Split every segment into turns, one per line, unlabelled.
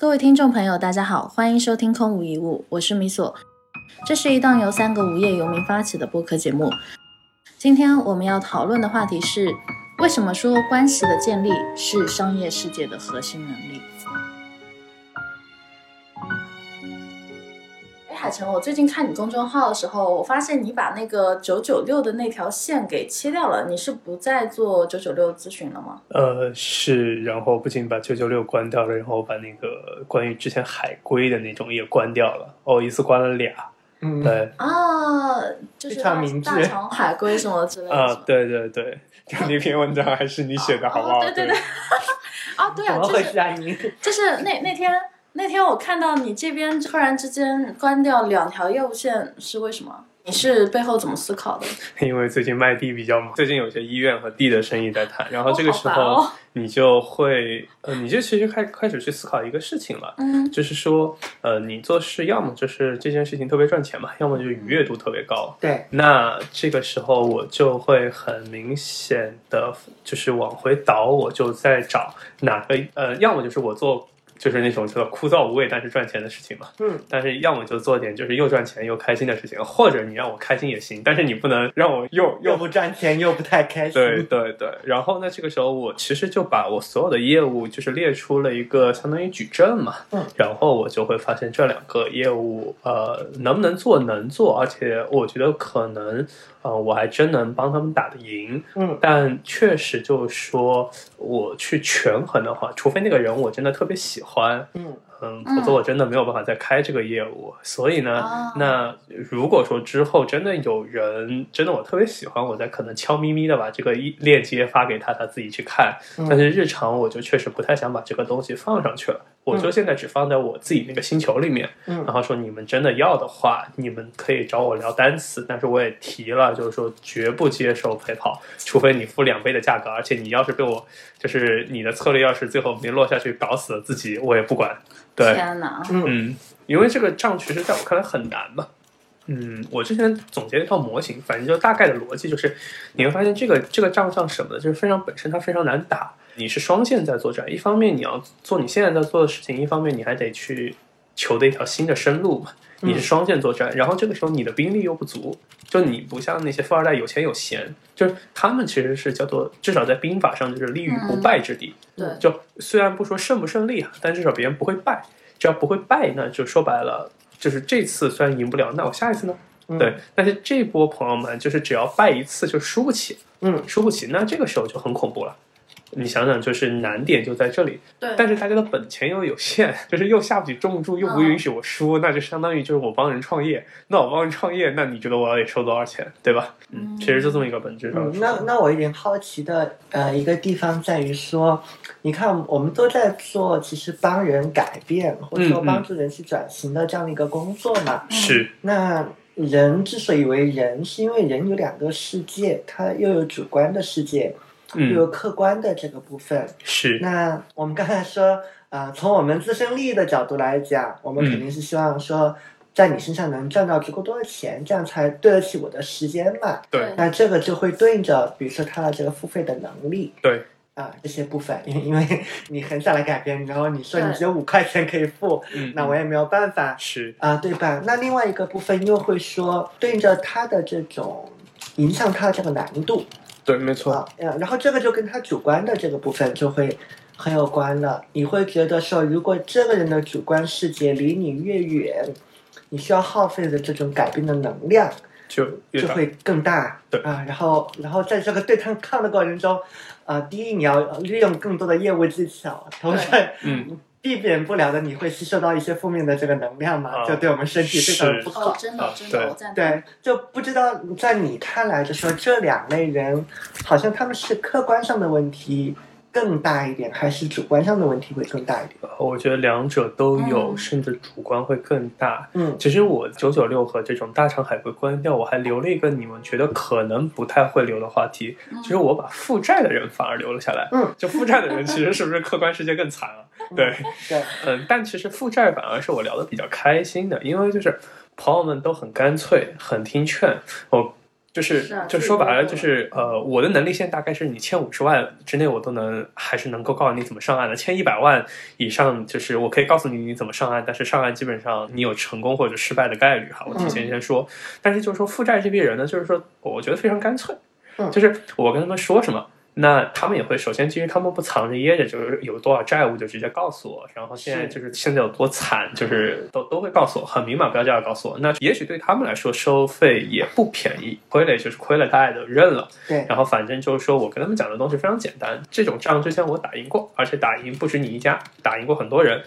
各位听众朋友，大家好，欢迎收听《空无一物》，我是米索。这是一档由三个无业游民发起的播客节目。今天我们要讨论的话题是：为什么说关系的建立是商业世界的核心能力？哎，海城，我最近看你公众号的时候，我发现你把那个九九六的那条线给切掉了，你是不再做九九六咨询了吗？
呃，是，然后不仅把九九六关掉了，然后把那个关于之前海归的那种也关掉了，哦，一次关了俩，
嗯，
对，
啊，就是
非
大
常明智
大肠海龟什么之类的
啊、
是吧
对对 对，就那篇文章还是你写的，好不好？
哦对对对，啊，对
怎
啊，
么
就
回
是
事啊你？
就是那那天那天我看到你这边突然之间关掉两条业务线是为什么？你是背后怎么思考的？
因为最近卖地比较忙，最近有些医院和地的生意在谈，然后
哦
这个时
好
候
吧
你就会，呃，你就其实开开始去思考一个事情了。
嗯
就是说，呃，你做事要么就是这件事情特别赚钱嘛，要么就是愉悦度特别高，
对，
那这个时候我就会很明显的，就是往回倒，我就在找哪个呃，要么就是我做就是那种叫枯燥无味但是赚钱的事情嘛，
嗯，
但是要么就做点就是又赚钱又开心的事情，或者你让我开心也行，但是你不能让我又
又
又。
不赚钱又不太开心，
对对对，然后呢？这个时候我其实就把我所有的业务就是列出了一个相当于矩阵嘛，
嗯，
然后我就会发现这两个业务呃能不能做能做，而且我觉得可能呃我还真能帮他们打得赢，
嗯
但确实就是说我去权衡的话，除非那个人我真的特别喜欢，
嗯
嗯，
嗯
否则我真的没有办法再开这个业务。所以呢，
哦
那如果说之后真的有人真的我特别喜欢，我再可能悄咪咪的把这个一链接发给他，他自己去看。
嗯
但是日常我就确实不太想把这个东西放上去了，我
嗯
就现在只放在我自己那个星球里面。
嗯
然后说你们真的要的话，你们可以找我聊单词，但是我也提了，就是说绝不接受陪跑，除非你付两倍的价格，而且你要是被我，就是你的策略要是最后没落下去，搞死了自己，我也不管。 对，
天哪！
嗯
嗯，因为这个账其实在我看来很难嘛。嗯，我之前总结了一套模型，反正就大概的逻辑就是，你会发现这个这个账上什么的，就是非常本身它非常难打。你是双线在作战，一方面你要做你现在在做的事情，一方面你还得去求的一条新的生路嘛。你是双线作战，然后这个时候你的兵力又不足，就你不像那些富二代有钱有闲，就是他们其实是叫做至少在兵法上就是立于不败之地。
对
嗯
就虽然不说胜不胜利啊，但至少别人不会败。只要不会败呢，就说白了，就是这次虽然赢不了，那我下一次呢？
嗯
对，但是这波朋友们就是只要败一次就输不起，
嗯
输不起，那这个时候就很恐怖了。你想想，就是难点就在这里，
对，
但是大家的本钱又有限，就是又下不起重注，又不允许我输，那就相当于就是我帮人创业。那我帮人创业，那你觉得我要得收多少钱，对吧？
嗯
其实就这么一个本质上的
嗯，
说
那
法。
那我有点好奇的呃一个地方在于说，你看我们都在做其实帮人改变或者说
嗯嗯
帮助人去转型的这样的一个工作嘛，
嗯
是，
那人之所以为人，是因为人有两个世界，他又有主观的世界，又
嗯，
有客观的这个部分。
是，
那我们刚才说，呃，从我们自身利益的角度来讲，我
嗯
们肯定是希望说，在你身上能赚到足够多的钱，这样才对得起我的时间嘛。
对，
那这个就会对应着，比如说他的这个付费的能力。
对。
啊，这些部分，因为因为 你很想来改变，然后你说你
对
只有五块钱可以付，
嗯，
那我也没有办法，
是，
啊，对吧？那另外一个部分又会说，对应着他的这种影响他的这个难度
对，没错，
啊，呃然后这个就跟他主观的这个部分就会很有关了。你会觉得说，如果这个人的主观世界离你越远，你需要耗费的这种改变的能量
就越
就
大
会更大。
对
啊，然后然后在这个对抗的过程中，啊，第一你要利用更多的业务技巧，同时。
嗯，
避免不了的，你会吸收到一些负面的这个能量嘛，
啊
就对我们身体非常
是
不
哦
好，。
真的
啊
真的，
对
我赞同。
对，就不知道在你看来，就说这两类人，好像他们是客观上的问题更大一点，还是主观上的问题会更大一点？
我觉得两者都有，
嗯
甚至主观会更大。
嗯
其实我九九六和这种大厂海归关掉，我还留了一个你们觉得可能不太会留的话题，
嗯
其实我把负债的人反而留了下来。
嗯，
就负债的人其实是不是客观世界更 惨了？啊对，
对，
嗯，但其实负债反而是我聊的哦比较开心的，因为就是朋友们都很干脆，很听劝。我就是
是啊
就
自己
说白了，
工作
就是呃，我的能力线大概是你欠五十万之内，我都能还是能够告诉你怎么上岸的。欠一百万以上，就是我可以告诉你你怎么上岸，但是上岸基本上你有成功或者失败的概率哈，我提前先说。但是就是说负债这批人呢，就是说我觉得非常干脆，
嗯
就是我跟他们说什么。那他们也会首先，其实他们不藏着掖着，就是有多少债务就直接告诉我，然后现在
是
就是现在有多惨，就是都都会告诉我，很明码标价的告诉我。那也许对他们来说收费也不便宜，亏了也就是亏了，大家也都认了。
对，
然后反正就是说我跟他们讲的东西非常简单，这种仗之前我打赢过，而且打赢不止你一家，打赢过很多人。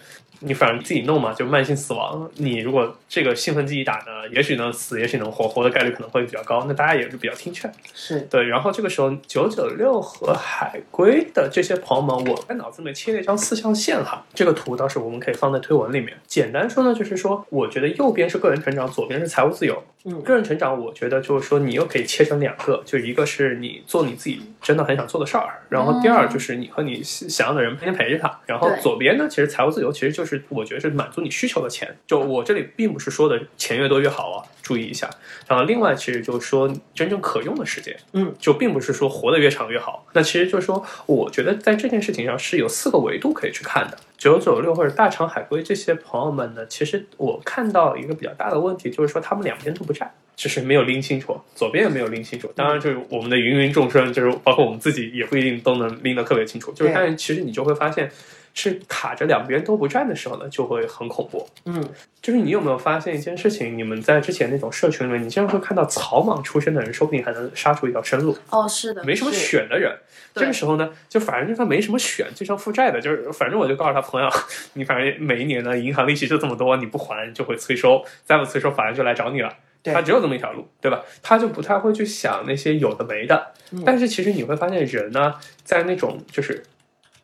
你反正自己弄嘛，就慢性死亡。你如果这个兴奋剂一打呢，也许能死，也许能活，活的概率可能会比较高。那大家也是比较听劝。
是
对，然后这个时候九九六和海龟的这些朋友们，我在脑子里面切了一张四象限哈，这个图到时候我们可以放在推文里面。简单说呢，就是说，我觉得右边是个人成长，左边是财务自由。
嗯
个人成长，我觉得就是说，你又可以切成两个，就一个是你做你自己真的很想做的事儿，然后第二就是你和你想要的人天天陪着他。然后
对
左边呢，其实财务自由其实就是我觉得是满足你需求的钱，就我这里并不是说的钱越多越好啊，注意一下。然后另外其实就是说真正可用的时间，
嗯，
就并不是说活得越长越好。那其实就是说，我觉得在这件事情上是有四个维度可以去看的。九九六或者大长海龟这些朋友们呢，其实我看到一个比较大的问题，就是说他们两边都不占。就是没有拎清楚，左边也没有拎清楚。当然，就是我们的芸芸众生，就是包括我们自己，也不一定都能拎得特别清楚。就是，
对
但是其实你就会发现，是卡着两边都不占的时候呢，就会很恐怖。
嗯
就是你有没有发现一件事情？你们在之前那种社群里面，你经常会看到草莽出身的人，说不定还能杀出一条生路。
哦，是的，
没什么
是
选的人，
对
这个时候呢，就反正就他没什么选，就像负债的，就是反正我就告诉他朋友， 你反正每一年呢，银行利息就这么多，你不还就会催收，再不催收，法院就来找你了。
对
他只有这么一条路，对吧？他就不太会去想那些有的没的。
嗯
但是其实你会发现，人呢，在那种就是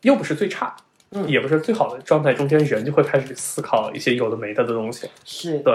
又不是最差，
嗯
也不是最好的状态中间，人就会开始思考一些有的没的的东西。
是
对，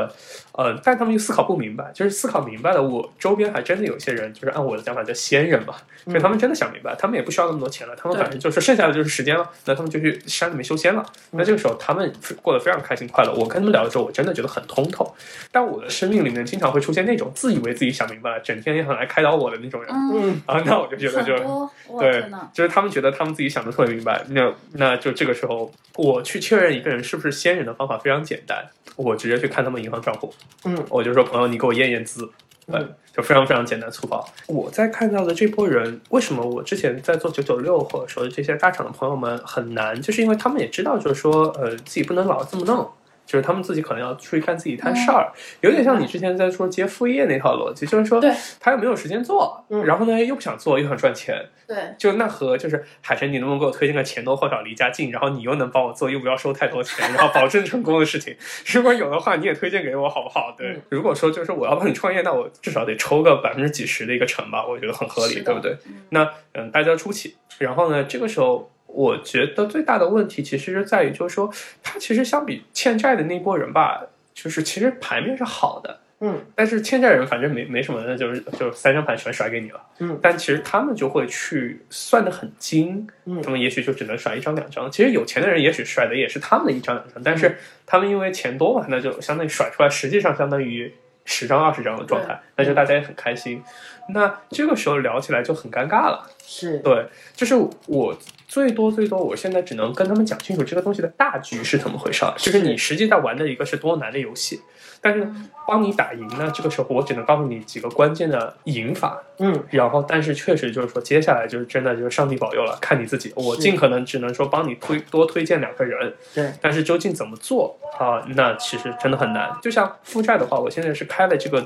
呃，但他们又思考不明白，就是思考明白了，我周边还真的有些人，就是按我的讲法叫仙人嘛，所以他们真的想明白，他们也不需要那么多钱了，他们反正就是剩下的就是时间了，那他们就去山里面修仙了。那这个时候他们过得非常开心快乐。我跟他们聊的时候，我真的觉得很通透。但我的生命里面经常会出现那种自以为自己想明白了，整天也很来开导我的那种人
嗯，
嗯
啊，那我就觉得
很
就
多，我
对
天哪，
就是他们觉得他们自己想的特别明白，那那就这个时候，我去确认一个人是不是仙人的方法非常简单，我直接去看他们银行账户，
嗯
我就说朋友，你给我验验资，对
嗯，
就非常非常简单粗暴。我在看到的这波人，为什么我之前在做九九六或者说这些大厂的朋友们很难，就是因为他们也知道，就是说呃自己不能老这么弄。就是他们自己可能要出去干自己一摊事儿，有点像你之前在说接副业那套逻辑，就是说
嗯对
他又没有时间做，
嗯
然后呢又不想做，又想赚钱，
对，
就那和就是海晨，你能不能给我推荐个钱多或少离家近，然后你又能帮我做，又不要收太多钱，然后保证成功的事情？ 如果有的话，你也推荐给我好不好？对
嗯，
如果说就是我要帮你创业，那我至少得抽个百分之几十的一个成吧，我觉得很合
是
理，
的
对不对？
嗯
那嗯，大家出不起。然后呢，这个时候我觉得最大的问题其实是在于，就是说他其实相比欠债的那波人吧，就是其实牌面是好的，
嗯
但是欠债人反正没没什么，那就是就是三张牌全甩给你了。
嗯
但其实他们就会去算的很精，
嗯
他们也许就只能甩一张两张。其实有钱的人也许甩的也是他们的一张两张，但是他们因为钱多嘛，那就相当于甩出来，实际上相当于十张二十张的状态，那就大家也很开心。那这个时候聊起来就很尴尬了。
是
对，就是我最多最多，我现在只能跟他们讲清楚这个东西的大局是怎么回事儿，就是你实际在玩的一个是多难的游戏，但是帮你打赢呢，这个时候我只能告诉你几个关键的赢法，
嗯
然后但是确实就是说，接下来就是真的就是上帝保佑了，看你自己，我
是
尽可能只能说帮你推多推荐两个人，
对
但是究竟怎么做啊、那其实真的很难。就像负债的话，我现在是开了这个。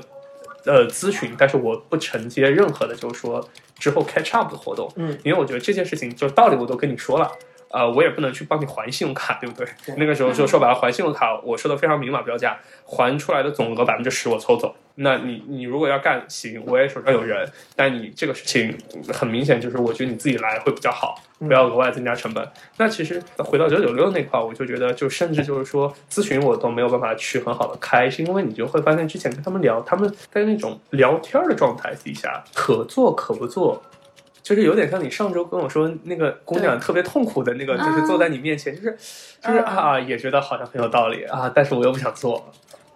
呃，咨询，但是我不承接任何的，就是说之后 catch up 的活动，
嗯
因为我觉得这件事情就道理我都跟你说了。呃，我也不能去帮你还信用卡，对不对？
对
那个时候就说白了，还信用卡，我说的非常明码标价，还出来的总额百分之十我抽走。那你你如果要干行，我也手上有人，但你这个事情很明显就是，我觉得你自己来会比较好，
嗯
不要额外增加成本。那其实回到九九六那块儿，我就觉得，就甚至就是说咨询我都没有办法去很好的开，是因为你就会发现之前跟他们聊，他们在那种聊天儿的状态底下，可做可不做，就是有点像你上周跟我说那个姑娘特别痛苦的那个，
嗯
就是坐在你面前，就是就是
嗯
啊，也觉得好像很有道理啊，但是我又不想做。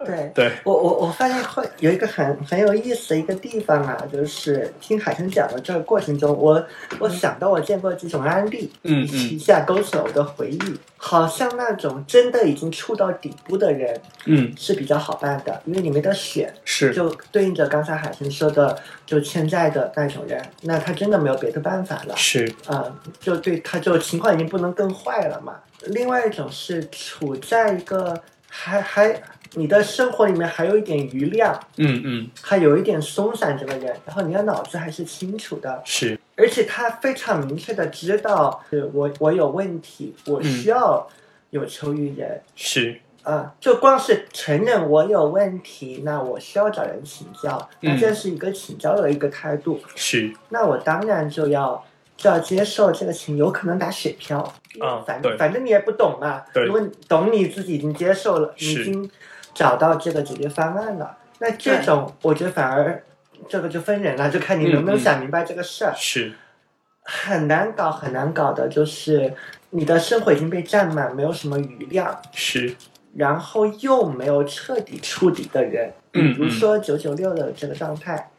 对，
对，
我我我发现会有一个很很有意思的一个地方啊，就是听海生讲的这个过程中，我我想到我见过几种案例，
嗯
一
嗯
下勾起了我的回忆。好像那种真的已经触到底部的人
嗯，
是比较好办的，因为你没得选，
是，
就对应着刚才海生说的，就欠债的那种人，那他真的没有别的办法了。
是，
啊，就对他就情况已经不能更坏了嘛。另外一种是处在一个还还你的生活里面还有一点余量，
嗯嗯，
还有一点松散这个人，然后你的脑子还是清楚的，
是，
而且他非常明确的知道，呃我我有问题，我需要有求于人。
是，
啊，就光是承认我有问题，那我需要找人请教，那
嗯
这是一个请教的一个态度。
是，
那我当然就要就要接受这个情，有可能打水漂，因为
啊
反
对
反正你也不懂嘛。
对
如果你懂，你自己已经接受了，你
是
已经找到这个解决方案了。那这
对
种，我觉得反而这个就分人了，就看你能不能
嗯嗯
想明白这个事儿。
是，
很难搞，很难搞的就是你的生活已经被占满，没有什么余量，
是，
然后又没有彻底触底的人，
嗯
比如说九九六的这个状态，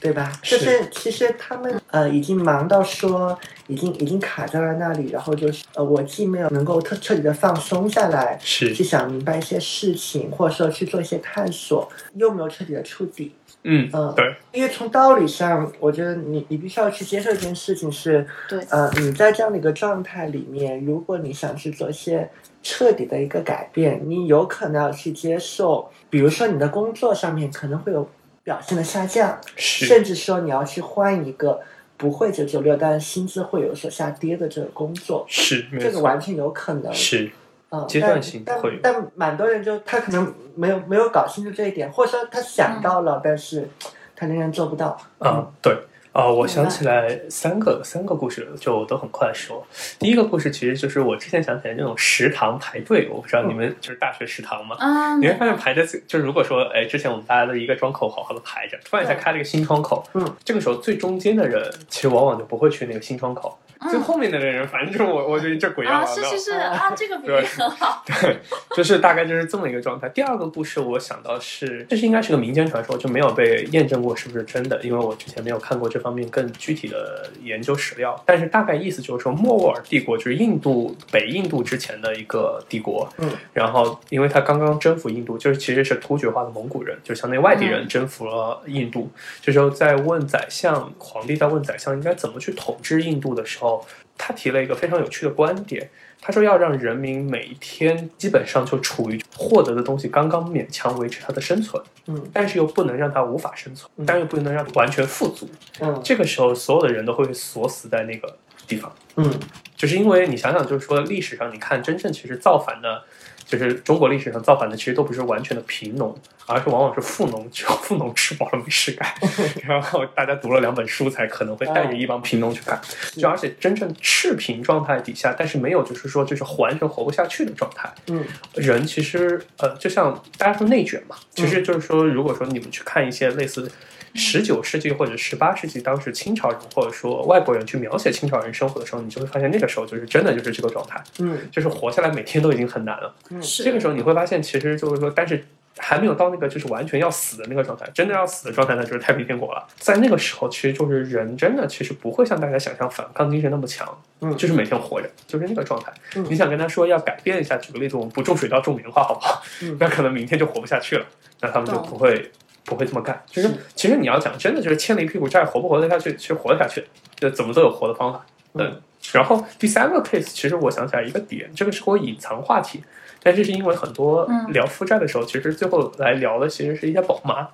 对吧？就是其实他们呃已经忙到说已经已经卡在了那里，然后就是呃我既没有能够彻彻底的放松下来，去
是，
想明白一些事情，或者说去做一些探索，又没有彻底的触底。
嗯，
嗯
对，
因为从道理上，我觉得你你必须要去接受一件事情是，
对，
呃，你在这样的一个状态里面，如果你想去做一些彻底的一个改变，你有可能要去接受，比如说你的工作上面可能会有表现的下降，甚
是，
至说你要去换一个不会九九六，但是薪资会有所下跌的这个工作，
是，没
这个
错
完全有可
呃
能。
是，
嗯，
阶段性
但
会有
但但蛮多人就他可能没有没有搞清楚这一点，或者说他想到了，但是他仍然做不到。
嗯
嗯
啊，对啊、我想起来三个三个故事，就我都很快说。第一个故事其实就是我之前想起来那种食堂排队，我不知道
嗯
你们就是大学食堂嘛。
啊，
你会发现排着，就是如果说，哎，之前我们大家的一个窗口好好的排着，突然一下
对
开了一个新窗口，
嗯，
这个时候最中间的人其实往往就不会去那个新窗口，最后面的人，反正就是我，我觉得这鬼要
嗯啊，
完
是
了。
是是
嗯
啊，这个比喻
对
很好，
对，就是大概就是这么一个状态。第二个故事我想到是，这是应该是个民间传说，就没有被验证过是不是真的，因为我之前没有看过这方面更具体的研究史料。但是大概意思就是说，莫卧儿帝国就是印度北印度之前的一个帝国，
嗯，
然后因为他刚刚征服印度，就是其实是突厥化的蒙古人，就相当于外地人征服了印度。这时候在问宰相，皇帝在问宰相应该怎么去统治印度的时候，他提了一个非常有趣的观点，他说要让人民每一天基本上就处于获得的东西刚刚勉强维持他的生存，
嗯
但是又不能让他无法生存
嗯，
但又不能让他完全富足。
嗯
这个时候，所有的人都会锁死在那个地方。
嗯
就是因为你想想，就是说历史上你看，真正其实造反的，就是中国历史上造反的，其实都不是完全的贫农，而是往往是富农，只有富农吃饱了没事干， 然后大家读了两本书才可能会带着一帮贫农去干，就而且真正赤贫状态底下，但是没有就是说就是完全活不下去的状态，
嗯
人其实呃，就像大家说内卷嘛，其实就是说，如果说你们去看一些类似十九世纪或者十八世纪当时清朝人或者说外国人去描写清朝人生活的时候，你就会发现那个时候就是真的就是这个状态，
嗯
就是活下来每天都已经很难了。
嗯，
是
这个时候你会发现，其实就是说，但是。还没有到那个就是完全要死的那个状态，真的要死的状态，那就是太平天国了。在那个时候，其实就是人真的其实不会像大家想象反抗精神那么强，
嗯
就是每天活着，就是那个状态。
嗯
你想跟他说要改变一下，举个例子，我们不种水稻种棉花，好不好？
嗯
那可能明天就活不下去了，那他们就
懂
不会不会这么干。就是
是
其实你要讲真的，就是欠了一屁股债，活不活得下去，其实活得下去，就怎么都有活的方法。对。
嗯
然后第三个 case，其实我想起来一个点，这个是给我隐藏话题，但这是因为很多
嗯
聊负债的时候，其实最后来聊的其实是一些宝妈。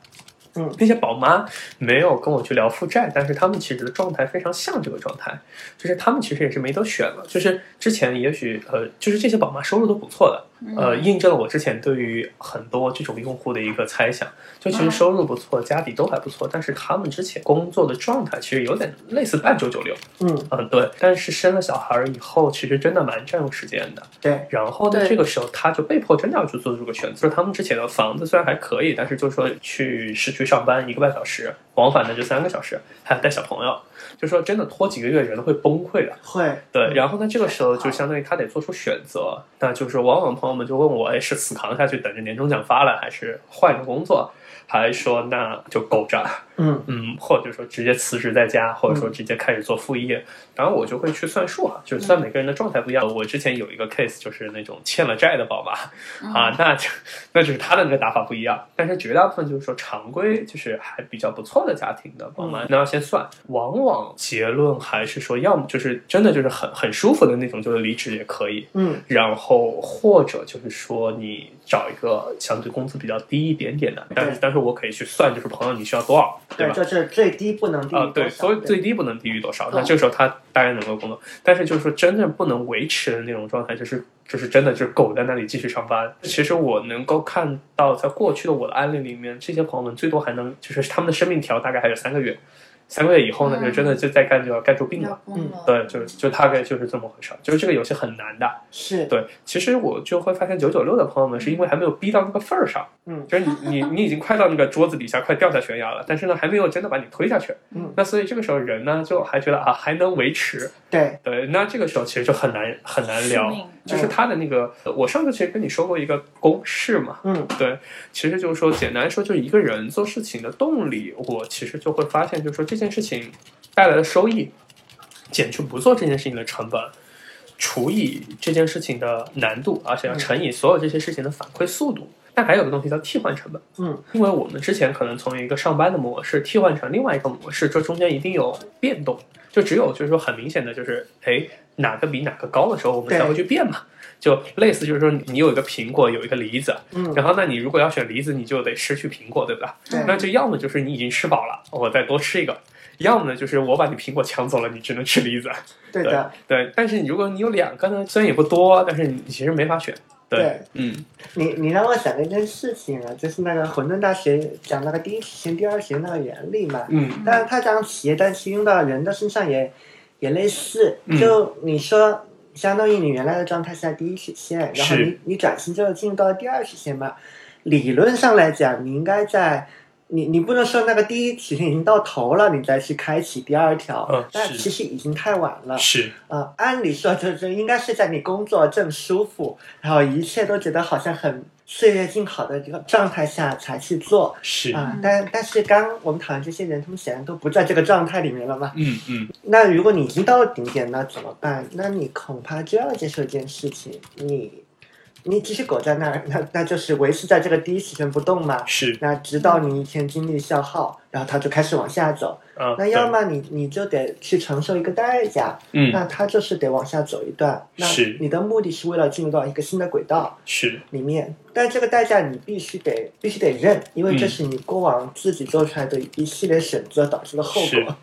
嗯
那些宝妈没有跟我去聊负债，但是他们其实的状态非常像这个状态，就是他们其实也是没得选了。就是之前也许呃，就是这些宝妈收入都不错的，
嗯
呃，印证了我之前对于很多这种用户的一个猜想。就其实收入不错，家底都还不错，但是他们之前工作的状态其实有点类似半九九六，
嗯，
嗯，对。但是生了小孩儿以后，其实真的蛮占用时间的。
对，
然后呢，
对
这个时候他就被迫真的要去做这个选择。就是他们之前的房子虽然还可以，但是就是说去市区上班一个半小时，往返的这三个小时，还要带小朋友，就说真的拖几个月人会崩溃的。
会，
对，然后呢，这个时候就相当于他得做出选择，那就是往往朋友们就问我，哎，是死扛下去等着年终奖发了，还是换个工作，还是说那就够着，
嗯
嗯，或者说直接辞职在家，或者说直接开始做副业。然后我就会去算数啊，就是算每个人的状态不一样。我之前有一个 case 就是那种欠了债的宝妈 啊，那就那就是她的那个打法不一样。但是绝大部分就是说常规就是还比较不错的家庭的宝妈，那要先算，往往结论还是说，要么就是真的就是很很舒服的那种，就是离职也可以。
嗯
然后或者就是说你找一个相对工资比较低一点点的，但是但是我可以去算，就是朋友你需要多少，
对，
吧？
就是最低不能低于
啊，对，
多少
所以最低不能低于多少，那
嗯
这个时候他大概能够工作，但是就是说真正不能维持的那种状态，就是就是真的就是狗在那里继续上班。其实我能够看到，在过去的我的案例里面，这些朋友们最多还能就是他们的生命条大概还有三个月，三个月以后呢，
嗯
就真的就再干就要干出病
要嗯
了。
崩了，
嗯对，就就大概就是这么回事儿，就是这个游戏很难的。
是，
对，其实我就会发现九九六的朋友们是因为还没有逼到那个份儿上，
嗯
就是你你你已经快到那个桌子底下，快掉下悬崖了，但是呢还没有真的把你推下去，
嗯
那所以这个时候人呢就还觉得啊还能维持，
对，
对，那这个时候其实就很难很难聊
宿，命嗯
就是
嗯
他的那个，我上次其实跟你说过一个公式嘛，
嗯
对，其实就是说，简单说，就是一个人做事情的动力，我其实就会发现，就是说这件事情带来的收益，减去不做这件事情的成本，除以这件事情的难度，而且
嗯
要乘以所有这些事情的反馈速度。但还有个东西叫替换成本，
嗯
因为我们之前可能从一个上班的模式替换成另外一个模式，这中间一定有变动，就只有就是说很明显的就是，哎，哪个比哪个高的时候，我们才
对
会去变嘛。就类似就是说，你你有一个苹果，有一个梨子，
嗯，
然后那你如果要选梨子，你就得失去苹果，对不对？
对
那就要么就是你已经吃饱了，我再多吃一个；要么呢就是我把你苹果抢走了，你只能吃梨子。
对的。
对，但是你如果你有两个呢，虽然也不多，但是你其实没法选。
对
嗯，
你你让我想到一件事情啊，就是那个混沌大学讲那个第一题型、第二题型那个原理嘛。
嗯
但是它讲企业，但是用到人的身上也也类似
嗯。
就你说，相当于你原来的状态是在第一曲线，然后
是
你你转型之后进入到第二曲线嘛。理论上来讲，你应该在你你不能说那个第一曲线已经到头了，你再去开启第二条，
嗯
但
是
其实已经太晚了。
是
啊、按理说就是应该是在你工作正舒服，然后一切都觉得好像很岁月静好的这个状态下才去做
是
啊、
嗯
但但是刚我们讨论这些人，他们显然都不在这个状态里面了嘛。
嗯嗯，
那如果你已经到了顶点，那怎么办？那你恐怕就要接受一件事情，你你继续苟在那儿，那那就是维持在这个第一时间不动嘛。
是
那直到你一天精力消耗，然后它就开始往下走。
啊。
那要么啊你你就得去承受一个代价，
对嗯
那他就是得往下走一段。那
是
你的目的是为了进入到一个新的轨道
是
里面，但这个代价你必须得必须得认，因为这
嗯
是你过往自己做出来的一系列选择导致的后
是
果。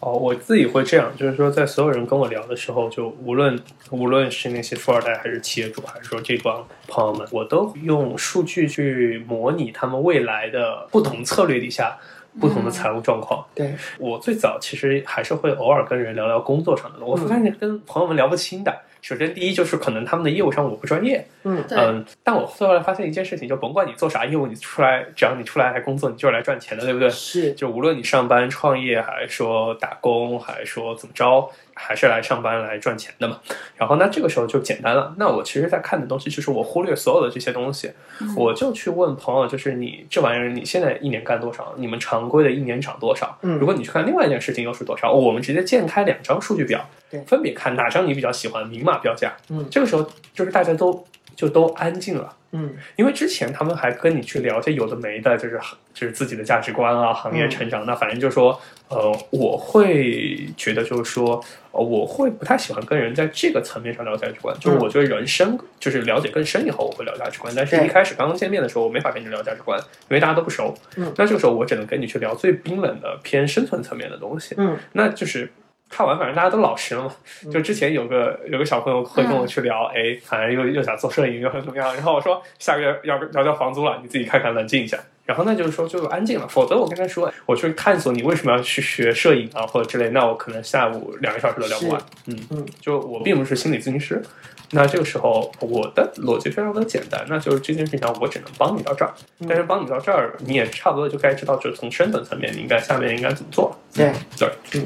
哦，我自己会这样，就是说，在所有人跟我聊的时候，就无论无论是那些富二代，还是企业主，还是说这帮朋友们，我都用数据去模拟他们未来的不同策略底下不同的财务状况。
对，
我最早其实还是会偶尔跟人聊聊工作上的，我发现跟朋友们聊不清的。首先，第一就是可能他们的业务上我不专业，
嗯，
对
嗯，但我后来发现一件事情，就甭管你做啥业务，你出来只要你出来来工作，你就是来赚钱的，对不对？
是，
就无论你上班创业，还是说打工，还是说怎么着，还是来上班来赚钱的嘛。然后那这个时候就简单了。那我其实，在看的东西就是我忽略所有的这些东西，
嗯
我就去问朋友，就是你这玩意儿，你现在一年干多少？你们常规的一年涨多少？
嗯
如果你去看另外一件事情又是多少，哦我们直接建开两张数据表
对，
分别看哪张你比较喜欢，明码标价。
嗯
这个时候就是大家都就都安静了。
嗯
因为之前他们还跟你去聊些有的没的，就是就是自己的价值观啊，行
嗯
业成长。那反正就是说，呃，我会觉得就是说，呃我会不太喜欢跟人在这个层面上聊价值观。
嗯
就是我觉得人深，就是了解更深以后，我会聊价值观。但是
对
一开始刚刚见面的时候，我没法跟你聊价值观，因为大家都不熟。
嗯
那这个时候，我只能跟你去聊最冰冷的、偏生存层面的东西。
嗯
那就是看完反正大家都老实了嘛。
嗯
就之前有个有个小朋友会跟我去聊，哎，反正又又想做摄影，又想怎么样。然后我说下个月要要交房租了，你自己看看，冷静一下。然后那就是说就安静了，否则我跟他说我去探索你为什么要去学摄影啊或者之类，那我可能下午两个小时都聊不完。嗯
嗯，
就我并不是心理咨询师，那这个时候我的逻辑非常的简单，那就是这件事情上我只能帮你到这儿，
嗯
但是帮你到这儿你也差不多就该知道，就是从生存层面你应该下面应该怎么做。
对
对，
嗯，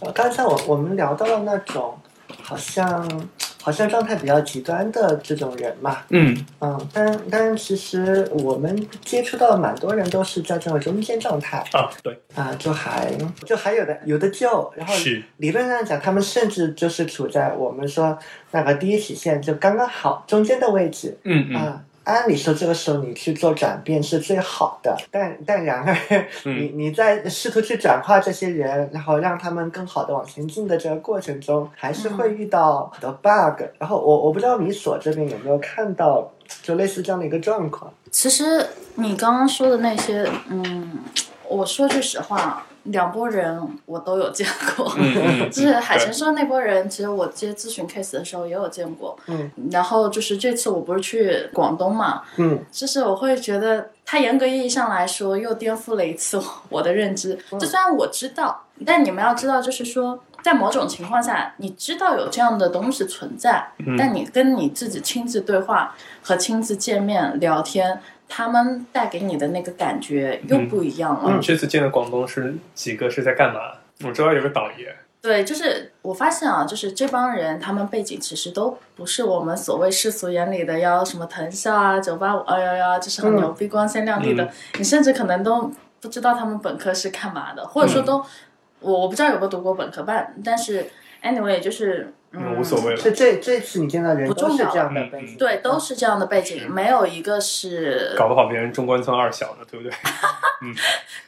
呃，刚才我我们聊到了那种好像好像状态比较极端的这种人嘛，
嗯
嗯，但但其实我们接触到的蛮多人都是在这种中间状态
啊对
啊、就还就还有的有的救，然后
是
理论上讲，他们甚至就是处在我们说那个第一曲线就刚刚好中间的位置
嗯嗯
啊。按理说，这个时候你去做转变是最好的，但但然而，
嗯
你你在试图去转化这些人，然后让他们更好的往前进的这个过程中，还是会
嗯
遇到很多 bug。然后我我不知道米索这边有没有看到，就类似这样的一个状况。
其实你刚刚说的那些，嗯，我说句实话，两拨人我都有见过。
嗯嗯，嗯
就是海神说那波人，其实我接咨询 case 的时候也有见过。
嗯
然后就是这次我不是去广东嘛，
嗯
就是我会觉得它严格意义上来说又颠覆了一次我的认知。
嗯
就虽然我知道，但你们要知道，就是说在某种情况下，你知道有这样的东西存在，
嗯
但你跟你自己亲自对话和亲自见面聊天，他们带给你的那个感觉又不一样了。
嗯，这次见的广东是几个是在干嘛？我知道有个导爷，
对，就是我发现啊，就是这帮人他们背景其实都不是我们所谓世俗眼里的要什么藤校啊、九八五、二幺幺，就是很牛逼、光鲜亮丽的，
嗯
你甚至可能都不知道他们本科是干嘛的，或者
嗯
说都、我我不知道有没有读过本科班，但是 anyway 就是嗯
嗯，无所谓了
所。以这这次你见到人都是这样的
不重要
背景，
对，都是这样的背景，没有一个是
搞不好别人中关村二小呢，对不对？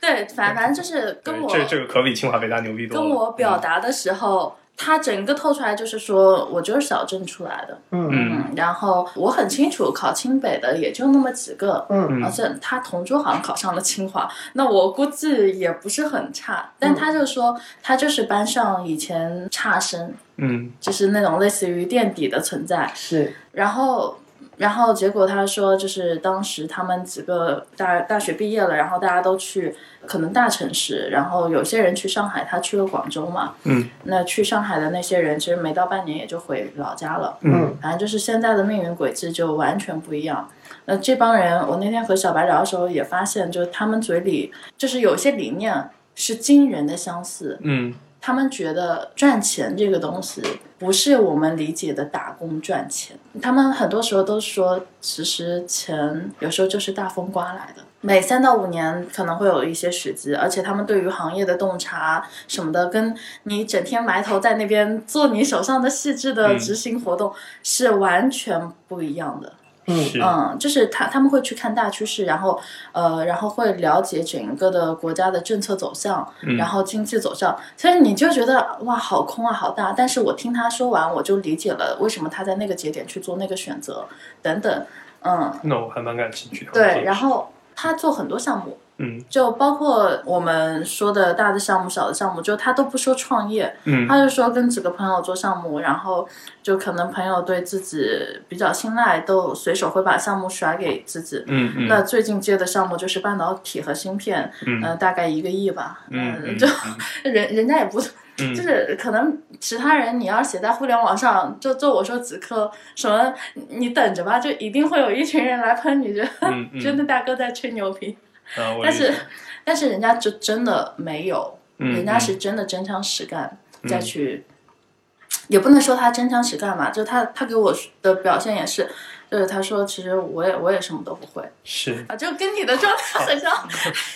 对，反反正就是跟我
对这这个可比清华北大牛逼多了。
跟我表达的时候，他整个透出来就是说我就是小镇出来的。
嗯
嗯，然后我很清楚考清北的也就那么几个，
嗯
而且他同桌好像考上了清华，那我估计也不是很差，但他就说他就是班上以前差生，
嗯，
就是那种类似于垫底的存在，
是
然后。然后结果他说，就是当时他们几个大大学毕业了，然后大家都去可能大城市，然后有些人去上海，他去了广州嘛。
嗯。
那去上海的那些人，其实没到半年也就回老家了。
嗯
反正就是现在的命运轨迹就完全不一样。那这帮人，我那天和小白聊的时候也发现，就是他们嘴里就是有些理念是惊人的相似。
嗯
他们觉得赚钱这个东西不是我们理解的打工赚钱，他们很多时候都说，其实钱有时候就是大风刮来的。每三到五年可能会有一些时机，而且他们对于行业的洞察什么的，跟你整天埋头在那边做你手上的细致的
嗯
执行活动是完全不一样的。
嗯
是
嗯，就是他他们会去看大趋势，然后呃，然后会了解整个的国家的政策走向，
嗯
然后经济走向。所以你就觉得哇，好空啊，好大。但是我听他说完，我就理解了为什么他在那个节点去做那个选择等等。嗯，
那我还蛮感兴趣的。
对。然后他做很多项目，
嗯
就包括我们说的大的项目、小的项目，就他都不说创业，
嗯
他就说跟几个朋友做项目，然后就可能朋友对自己比较信赖，都随手会把项目甩给自己。
嗯嗯，
那最近接的项目就是半导体和芯片，
嗯
呃，大概一个亿吧，呃
嗯嗯
就
嗯
人人家也不，
嗯
就是可能其他人你要写在互联网上，就就我说几颗什么，你你等着吧，就一定会有一群人来喷你，觉得、
嗯嗯
觉得大哥在吹牛逼，
啊，我
但
理解
是但是人家就真的没有，
嗯
人家是真的真枪实干、再去，也不能说他真枪实干嘛，就他他给我的表现也是，就是他说其实我也我也什么都不会
是嗯
啊，就跟你的状态很像，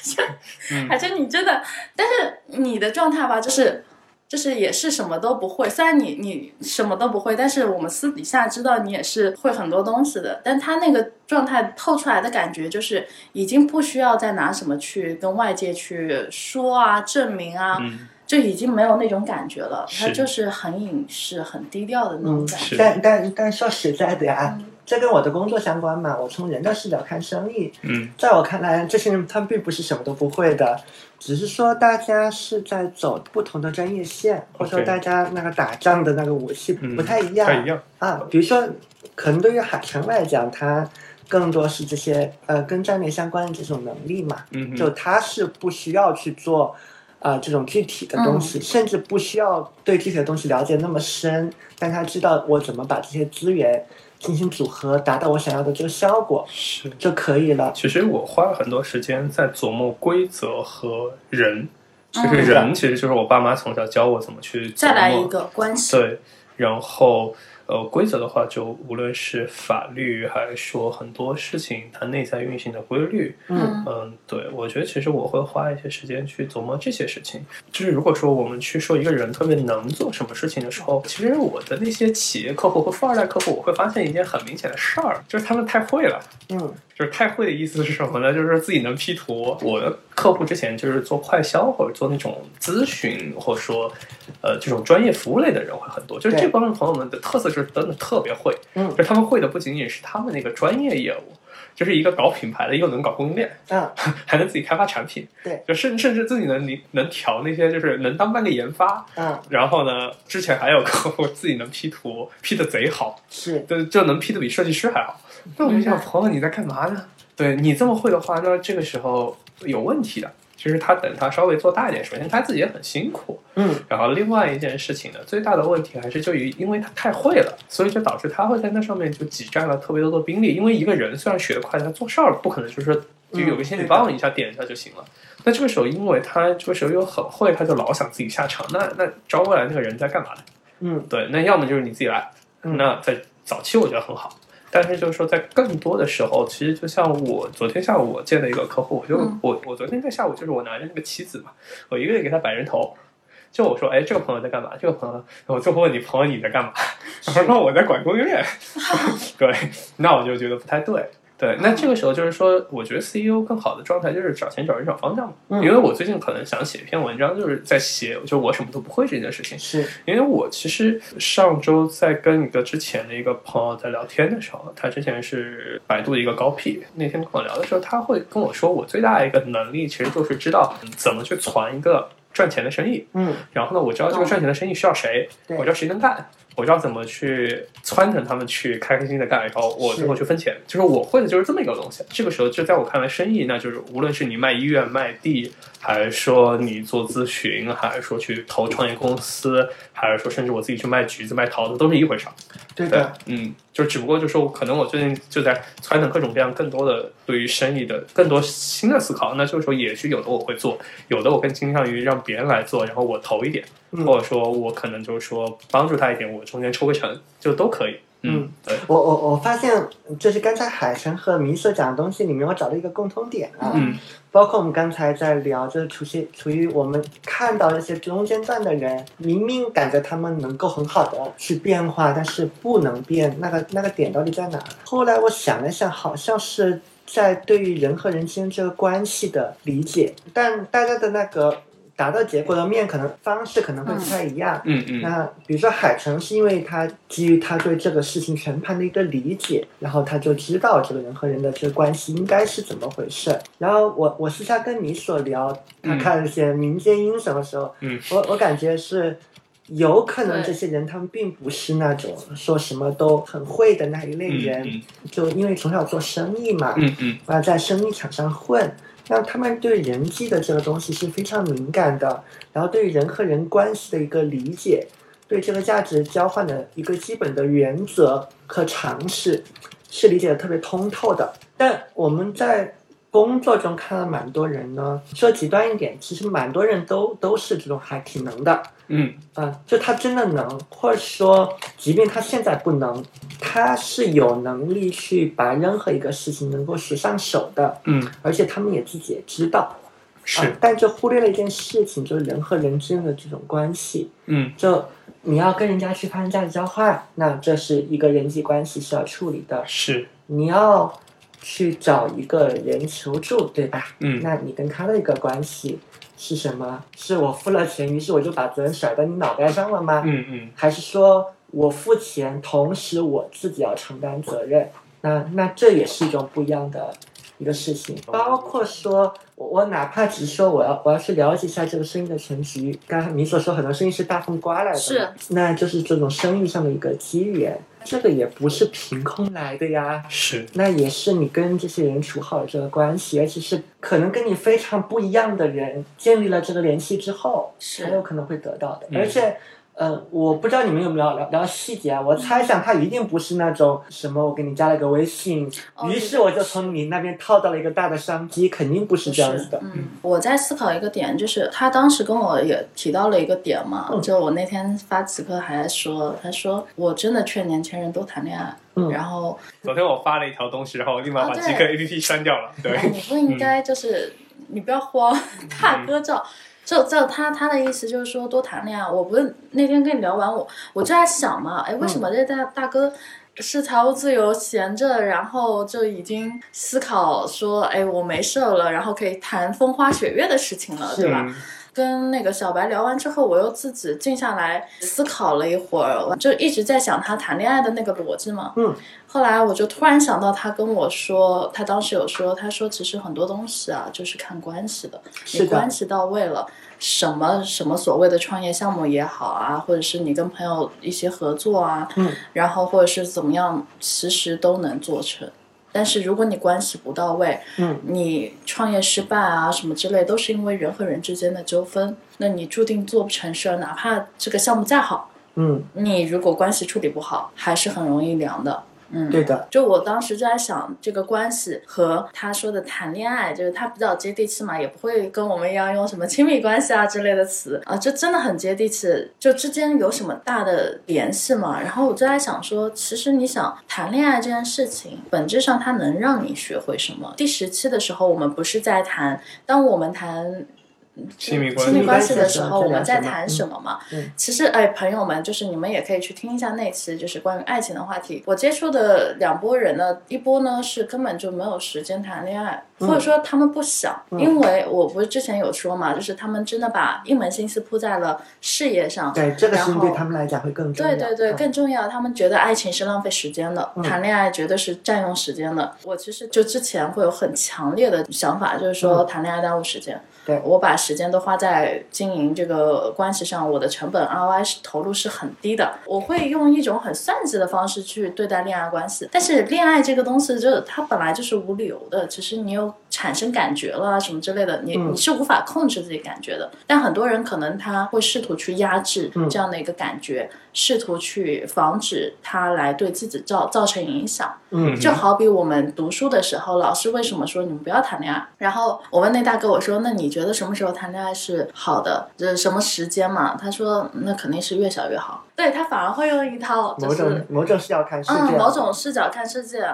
就 还是你真的，但是你的状态吧，就是。就是也是什么都不会，虽然你你什么都不会，但是我们私底下知道你也是会很多东西的。但他那个状态透出来的感觉，就是已经不需要再拿什么去跟外界去说啊、证明啊，
嗯
就已经没有那种感觉了，
是
他就是很隐士、很低调的那种
嗯
感觉。
是，
但但但说实在的呀，啊这跟我的工作相关嘛，我从人的视角看生意，
嗯
在我看来，这些人他们并不是什么都不会的，只是说大家是在走不同的专业线，或者说
OK
大家那个打仗的那个武器
嗯，
不太一
不
样、
太一样。
啊。比如说，可能对于海城来讲，它更多是这些呃跟战略相关的这种能力嘛，
嗯哼，
就它是不需要去做。啊、这种具体的东西，
嗯
甚至不需要对具体的东西了解那么深，但他知道我怎么把这些资源进行组合，达到我想要的这个效果
是。
就可以了。
其实我花了很多时间在琢磨规则和人，就是
嗯
人其实就是我爸妈从小教我怎么去琢磨
再来一个关系，
对，然后呃，规则的话，就无论是法律还是说很多事情它内在运行的规律，
嗯，
嗯，对，我觉得其实我会花一些时间去琢磨这些事情。就是如果说我们去说一个人特别能做什么事情的时候，其实我的那些企业客户和富二代客户，我会发现一件很明显的事儿，就是他们太会了。
嗯
就是太会的意思是什么呢？就是自己能 P 图。我的客户之前就是做快销或者做那种咨询，或者说呃这种专业服务类的人会很多。就是
对
这帮朋友们的特色就是真的特别会，
嗯
就是他们会的不仅仅是他们那个专业业务。就是一个搞品牌的，又能搞供应链，
嗯，
还能自己开发产品，
对，
就甚甚至自己能理能调那些，就是能当半个研发。
嗯，
然后呢，之前还有客户自己能 P 图，P 的贼好，
是，
就就能 P 的比设计师还好。那我就想，
明白
朋友你在干嘛呢？对你这么会的话，那这个时候有问题的。其实他等他稍微做大一点，首先他自己也很辛苦，
嗯
然后另外一件事情呢，最大的问题还是就于因为他太会了，所以就导致他会在那上面就挤占了特别多的兵力。因为一个人虽然学得快，但他做事儿不可能就是说就有
嗯
一些你帮我一下点一下就行了。那这个时候，因为他这个时候又很会，他就老想自己下场。那那招过来那个人在干嘛呢？
嗯
对，那要么就是你自己来。
嗯
那在早期我觉得很好，但是就是说在更多的时候，其实就像我昨天下午我见了一个客户，我就、
嗯
我我昨天在下午就是我拿着那个棋子嘛，我一个个给他摆人头。就我说，哎，这个朋友在干嘛？这个朋友，我最后问你朋友你在干嘛？ 他说我在管供应链。 对，那我就觉得不太对。对，那这个时候就是说，我觉得 CEO 更好的状态就是找钱、找人、找方向嘛。
嗯
因为我最近可能想写一篇文章，就是在写，就我什么都不会这件事情。
是，
因为我其实上周在跟一个之前的一个朋友在聊天的时候，他之前是百度的一个高 P，那天跟我聊的时候，他会跟我说，我最大的一个能力其实就是知道嗯怎么去传一个赚钱的生意，
嗯
然后呢，我知道这个赚钱的生意需要谁，
对
我知道谁能干。我知道怎么去撺掇他们去开开心心的干，然后我
是
最后去分钱。就是我会的就是这么一个东西。这个时候，就在我看来，生意那就是无论是你卖医院、卖地，还是说你做咨询，还是说去投创业公司，还是说甚至我自己去卖橘子、卖桃子，都是一回事儿。
对
对
的，，
嗯，就只不过就是我可能我最近就在撺掇各种各样更多的对于生意的更多新的思考。那这个时候也许有的我会做，有的我更倾向于让别人来做，然后我投一点，
嗯
或者说我可能就是说帮助他一点，我中间抽个成，就都可以。嗯，对，
我我我发现，就是刚才海城和米所讲的东西里面，我找到一个共通点啊，
嗯
包括我们刚才在聊，就是处于处于我们看到那些中间段的人，明明感觉他们能够很好的去变化，但是不能变，那个那个点到底在哪？后来我想了想，好像是在对于人和人之间这个关系的理解，但大家的那个达到结果的面可能方式可能会不太一样。
嗯嗯
那比如说海城是因为他基于他对这个事情全盘的一个理解，然后他就知道这个人和人的这个关系应该是怎么回事。然后我我私下跟你所聊，他
嗯
看一些民间英雄的时候，
嗯
我我感觉是。有可能
对
这些人他们并不是那种说什么都很会的那一类人，
嗯
就因为从小做生意嘛，
嗯嗯
啊，在生意场上混，那他们对人际的这个东西是非常敏感的，然后对人和人关系的一个理解，对这个价值交换的一个基本的原则和常识，是理解的特别通透的。但我们在工作中看到蛮多人呢，说极端一点，其实蛮多人都都是这种还挺能的，
嗯
啊，就他真的能，或者说，即便他现在不能，他是有能力去把任何一个事情能够学上手的，
嗯，
而且他们也自己也知道，啊
是，，
但就忽略了一件事情，就是人和人之间的这种关系，
嗯
就你要跟人家去发生价值交换，那这是一个人际关系需要处理的，
是，
你要去找一个人求助，对吧？
嗯
那你跟他的一个关系是什么？是我付了钱，于是我就把责任甩到你脑袋上了吗？
嗯嗯
还是说我付钱，同时我自己要承担责任。那那这也是一种不一样的一个事情，包括说我我哪怕只是说我要我要去了解一下这个生意的全局。刚才你所说很多生意是大风刮
嗯
来的，
是，
那就是这种生意上的一个机缘，这个也不是凭空来的呀。
是
那也是你跟这些人处好了这个关系，而且是可能跟你非常不一样的人建立了这个联系之后，
是
很有可能会得到的。
嗯
而且，呃，我不知道你们有没有聊聊细节啊，我猜想他一定不是那种什么我给你加了个微信，
哦
于是我就从你那边套到了一个大的商机，肯定不是这样子的。
嗯，我在思考一个点，就是他当时跟我也提到了一个点嘛，
嗯
就我那天发此刻还在说，他说我真的劝年轻人多谈恋爱，
嗯
然后
昨天我发了一条东西，然后我立马
哦
把
对
极客 APP 删掉了。对
哎，你不应该就是、你不要慌，怕歌照。就就他他的意思就是说多谈恋爱。我不是那天跟你聊完，我我就在想嘛，哎，为
嗯
什么这大、大哥是财务自由闲着，然后就已经思考说，哎，我没事儿了，然后可以谈风花雪月的事情了，
是
对吧？
嗯，
跟那个小白聊完之后，我又自己静下来思考了一会儿，我就一直在想他谈恋爱的那个逻辑嘛。
嗯。
后来我就突然想到，他跟我说，他当时有说，他说其实很多东西啊，就是看关系的。
是
你
的
关，系到位了，什么什么所谓的创业项目也好啊，或者是你跟朋友一些合作啊，
嗯
然后或者是怎么样，其实都能做成。但是如果你关系不到位，
嗯，
你创业失败啊什么之类，都是因为人和人之间的纠纷，那你注定做不成事儿。哪怕这个项目再好，
嗯，
你如果关系处理不好，还是很容易凉的。嗯，
对的，
就我当时就在想，这个关系和他说的谈恋爱，就是他比较接地气嘛，也不会跟我们一样用什么亲密关系啊之类的词 啊，就真的很接地气。就之间有什么大的联系嘛？然后我就在想说，其实你想谈恋爱这件事情，本质上它能让你学会什么？第十期的时候，我们不是在谈，当我们谈
亲密关
亲
系
密关系的时候，
这
我
两
们在
什么
谈什么嘛？
嗯
其实，哎，朋友们，就是你们也可以去听一下那期，就是关于爱情的话题。我接触的两拨人呢，一波呢是根本就没有时间谈恋爱，
嗯
或者说他们不想，
嗯
因为我不是之前有说嘛，就是他们真的把一门心思扑在了事业上。
对，这个事情
然
对
后
他们来讲会更重要。
对对对，
嗯
更重要，他们觉得爱情是浪费时间的，
嗯
谈恋爱绝对是占用时间的。我其实就之前会有很强烈的想法，就是说
嗯
谈恋爱耽误时间。
对
我把时间都花在经营这个关系上，我的成本 ROI 是投入是很低的。我会用一种很算计的方式去对待恋爱关系，但是恋爱这个东西就是它本来就是无理由的，只是你有产生感觉了啊什么之类的，你
嗯
你是无法控制自己感觉的。但很多人可能他会试图去压制
嗯
这样的一个感觉，试图去防止它来对自己造造成影响。
嗯
就好比我们读书的时候，老师为什么说你们不要谈恋爱？然后我问那大哥，我说那你觉得什么时候谈恋爱是好的？就是什么时间嘛？他说那肯定是越小越好。对他反而会用一套就
嗯某
是
种某种是要看是这
嗯，
样，
某种视角看世界。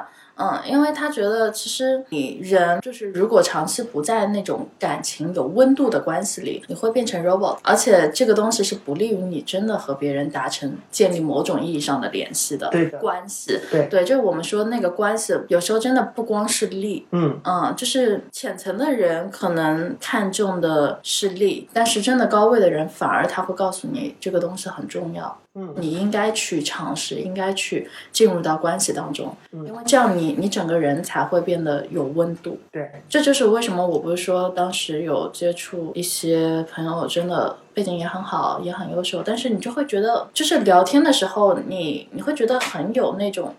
嗯，因为他觉得其实你人就是如果长期不在那种感情有温度的关系里，你会变成 robot，而且这个东西是不利于你真的和别人达成建立某种意义上的联系的
对的
关系。
对
就是我们说那个关系，有时候真的不光是利，
嗯
嗯，就是浅层的人可能看重的是利，但是真的高位的人反而他会告诉你这个东西很重要。
嗯。
你应该去尝试，应该去进入到关系当中，
嗯
因为这样你你整个人才会变得有温度。
对，
这就是为什么我不是说当时有接触一些朋友，真的背景也很好，也很优秀，但是你就会觉得，就是聊天的时候你，你会觉得很有那种。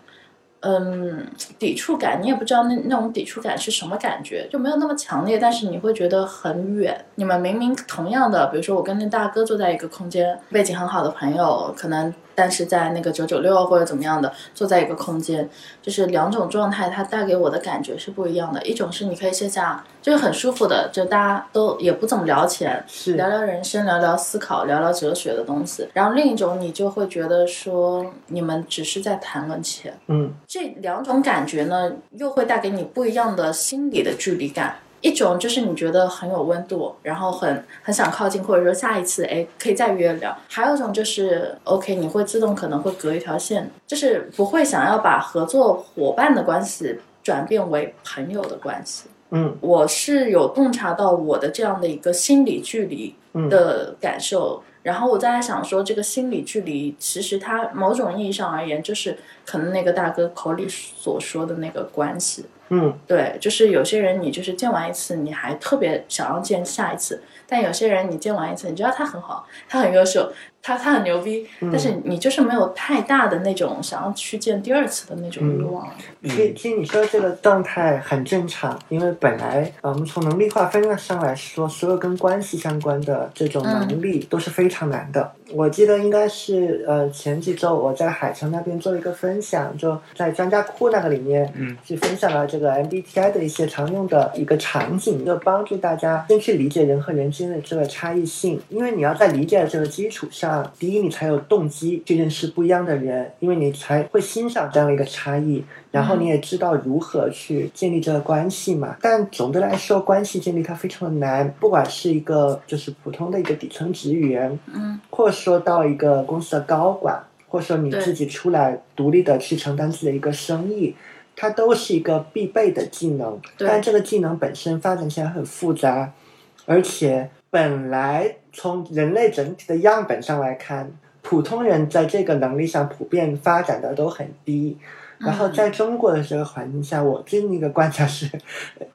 嗯，抵触感，你也不知道那那种抵触感是什么感觉，就没有那么强烈，但是你会觉得很远。你们明明同样的，比如说我跟那大哥坐在一个空间，背景很好的朋友，可能但是在那个九九六或者怎么样的，坐在一个空间，就是两种状态，它带给我的感觉是不一样的。一种是你可以卸下，就是很舒服的，就大家都也不怎么聊钱，
是
聊聊人生，聊聊思考，聊聊哲学的东西。然后另一种你就会觉得说，你们只是在谈论钱。
嗯，
这两种感觉呢，又会带给你不一样的心理的距离感。一种就是你觉得很有温度，然后很很想靠近，或者说下一次哎可以再约聊；还有一种就是 OK，你会自动可能会隔一条线，就是不会想要把合作伙伴的关系转变为朋友的关系。
嗯
我是有洞察到我的这样的一个心理距离
嗯
的感受，然后我在想说，这个心理距离，其实它某种意义上而言，就是可能那个大哥口里所说的那个关系。
嗯，
对，就是有些人你就是见完一次，你还特别想要见下一次；但有些人你见完一次，你觉得他很好，他很优秀，他他很牛逼，
嗯
但是你就是没有太大的那种想要去见第二次的那种
嗯
欲望。
嗯
其实其实你说这个动态很正常，因为本来呃我们从能力划分上来说，所有跟关系相关的这种能力都是非常难的。我记得应该是呃前几周我在海城那边做一个分享，就在专家库那个里面，
嗯，
去分享了这个 MBTI 的一些常用的一个场景，就帮助大家先去理解人和人之间的这个差异性。因为你要在理解的这个基础上，第一你才有动机去认识不一样的人，因为你才会欣赏这样的一个差异。然后你也知道如何去建立这个关系嘛。但总的来说，关系建立它非常的难，不管是一个就是普通的一个底层职员，
嗯
或者说到一个公司的高管，或者说你
对
自己出来独立的去承担自己的一个生意，它都是一个必备的技能。
对
但这个技能本身发展起来很复杂，而且本来从人类整体的样本上来看，普通人在这个能力上普遍发展的都很低。然
嗯
后在中国的这个环境下，我最近一个观察是，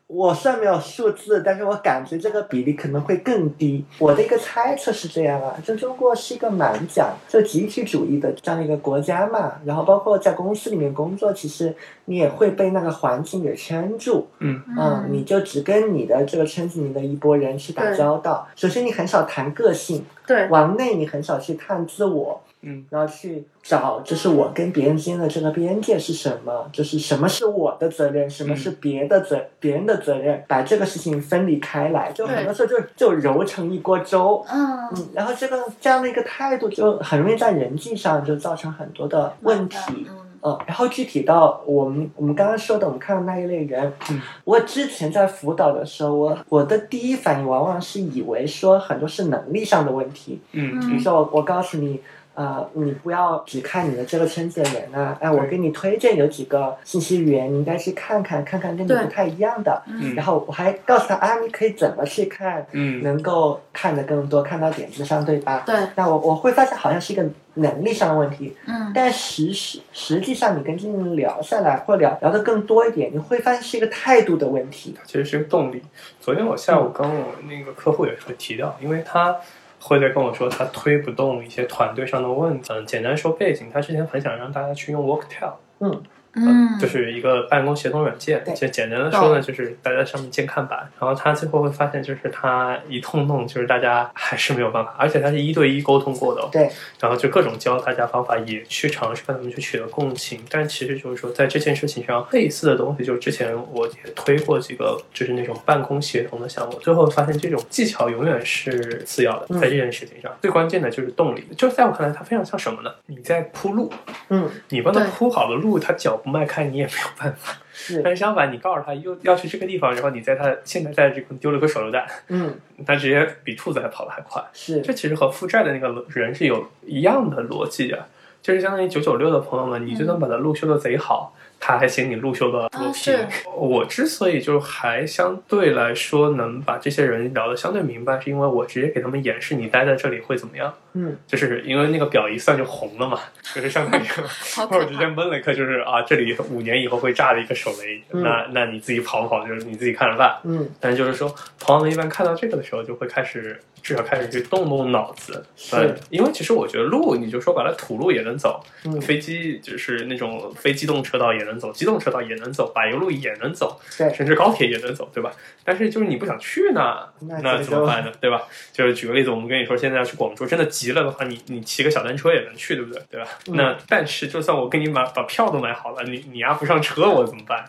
我虽然没有数字，但是我感觉这个比例可能会更低。我的一个猜测是这样啊，就中国是一个蛮讲就集体主义的这样的一个国家嘛，然后包括在公司里面工作，其实你也会被那个环境给圈住，
嗯
啊、你就只跟你的这个圈子里的一波人去打
对
交道。首先，你很少谈个性，
对
往内你很少去探自我，
嗯
然后去找，就是我跟别人之间的这个边界是什么？就是什么是我的责任，什
嗯
么是别的责、别人的责任，把这个事情分离开来，就很多时候就就揉成一锅粥。
嗯，
嗯，然后这个这样的一个态度，就很容易在人际上就造成很多的问题。
嗯
嗯，然后具体到我们我们刚刚说的，我们看到那一类人，
嗯
我之前在辅导的时候，我我的第一反应往往是以为说很多是能力上的问题，比如
嗯
嗯
说我我告诉你，呃，你不要只看你的这个圈子的人啊，哎，我
对
给你推荐有几个信息源，你应该去看看，看看跟你
对
不太一样的，
嗯
嗯，
然后我还告诉他啊，你可以怎么去看，
嗯
能够看得更多，看到点子上，对吧？
对，
那我我会发现好像是一个能力上的问题，
嗯
但实实实际上，你跟这个人聊下来，或聊聊得更多一点，你会发现是一个态度的问题。
其实是个动力。昨天我
嗯
下午跟我那个客户也是提到，因为他回来跟我说他推不动一些团队上的问题。嗯，简单说背景，他之前很想让大家去用 Worktel，
嗯，
就是一个办公协同软件
对。
就简单的说呢，
懂
就是大家上面建看板，然后他最后会发现，就是他一通弄，就是大家还是没有办法，而且他是一对一沟通过的哦，
对，
然后就各种教大家方法，也去尝试帮他们去取得共情。但其实就是说，在这件事情上，类似的东西，就是之前我也推过几个，就是那种办公协同的项目，最后发现这种技巧永远是次要的，
嗯
在这件事情上，最关键的就是动力。就是在我看来，它非常像什么呢？你在铺路，
嗯，
你帮他
对
铺好了路，他脚不迈开，你也没有办法。但
是，
是相反，你告诉他又要去这个地方，然后你在他现在在这个丢了个手榴弹，
嗯，
他直接比兔子还跑得还快。
是
这，其实和负债的那个人是有一样的逻辑啊，就是相当于九九六的朋友们，你就算把他路修的贼好，他还嫌你路修的
嗯啊
狗屁。
是
我之所以就是还相对来说能把这些人聊得相对明白，是因为我直接给他们演示你待在这里会怎么样，
嗯，
就是因为那个表一算就红了嘛，就是相当于。
好
或
可
者直接
怕。
闷了一颗，就是啊，这里五年以后会炸的一个手雷，
嗯
那那你自己跑不跑就是你自己看着办。
嗯，
但是就是说，朋友们一般看到这个的时候，就会开始至少开始去动动脑子。
是
嗯，，因为其实我觉得路，你就说白了，土路也能走，
嗯，
飞机就是那种非机动车道也能走，机动车道也能走，柏油路也能走，
对，
甚至高铁也能走，对吧？但是就是你不想去呢，
那
那
这
怎
个
么办呢？对吧？就是举个例子，我们跟你说，现在要去广州，真的急了的话，你你骑个小单车也能去，对不对？对吧？
嗯
那但是就算我给你买把票都买好了，你你押不上车，我怎么办？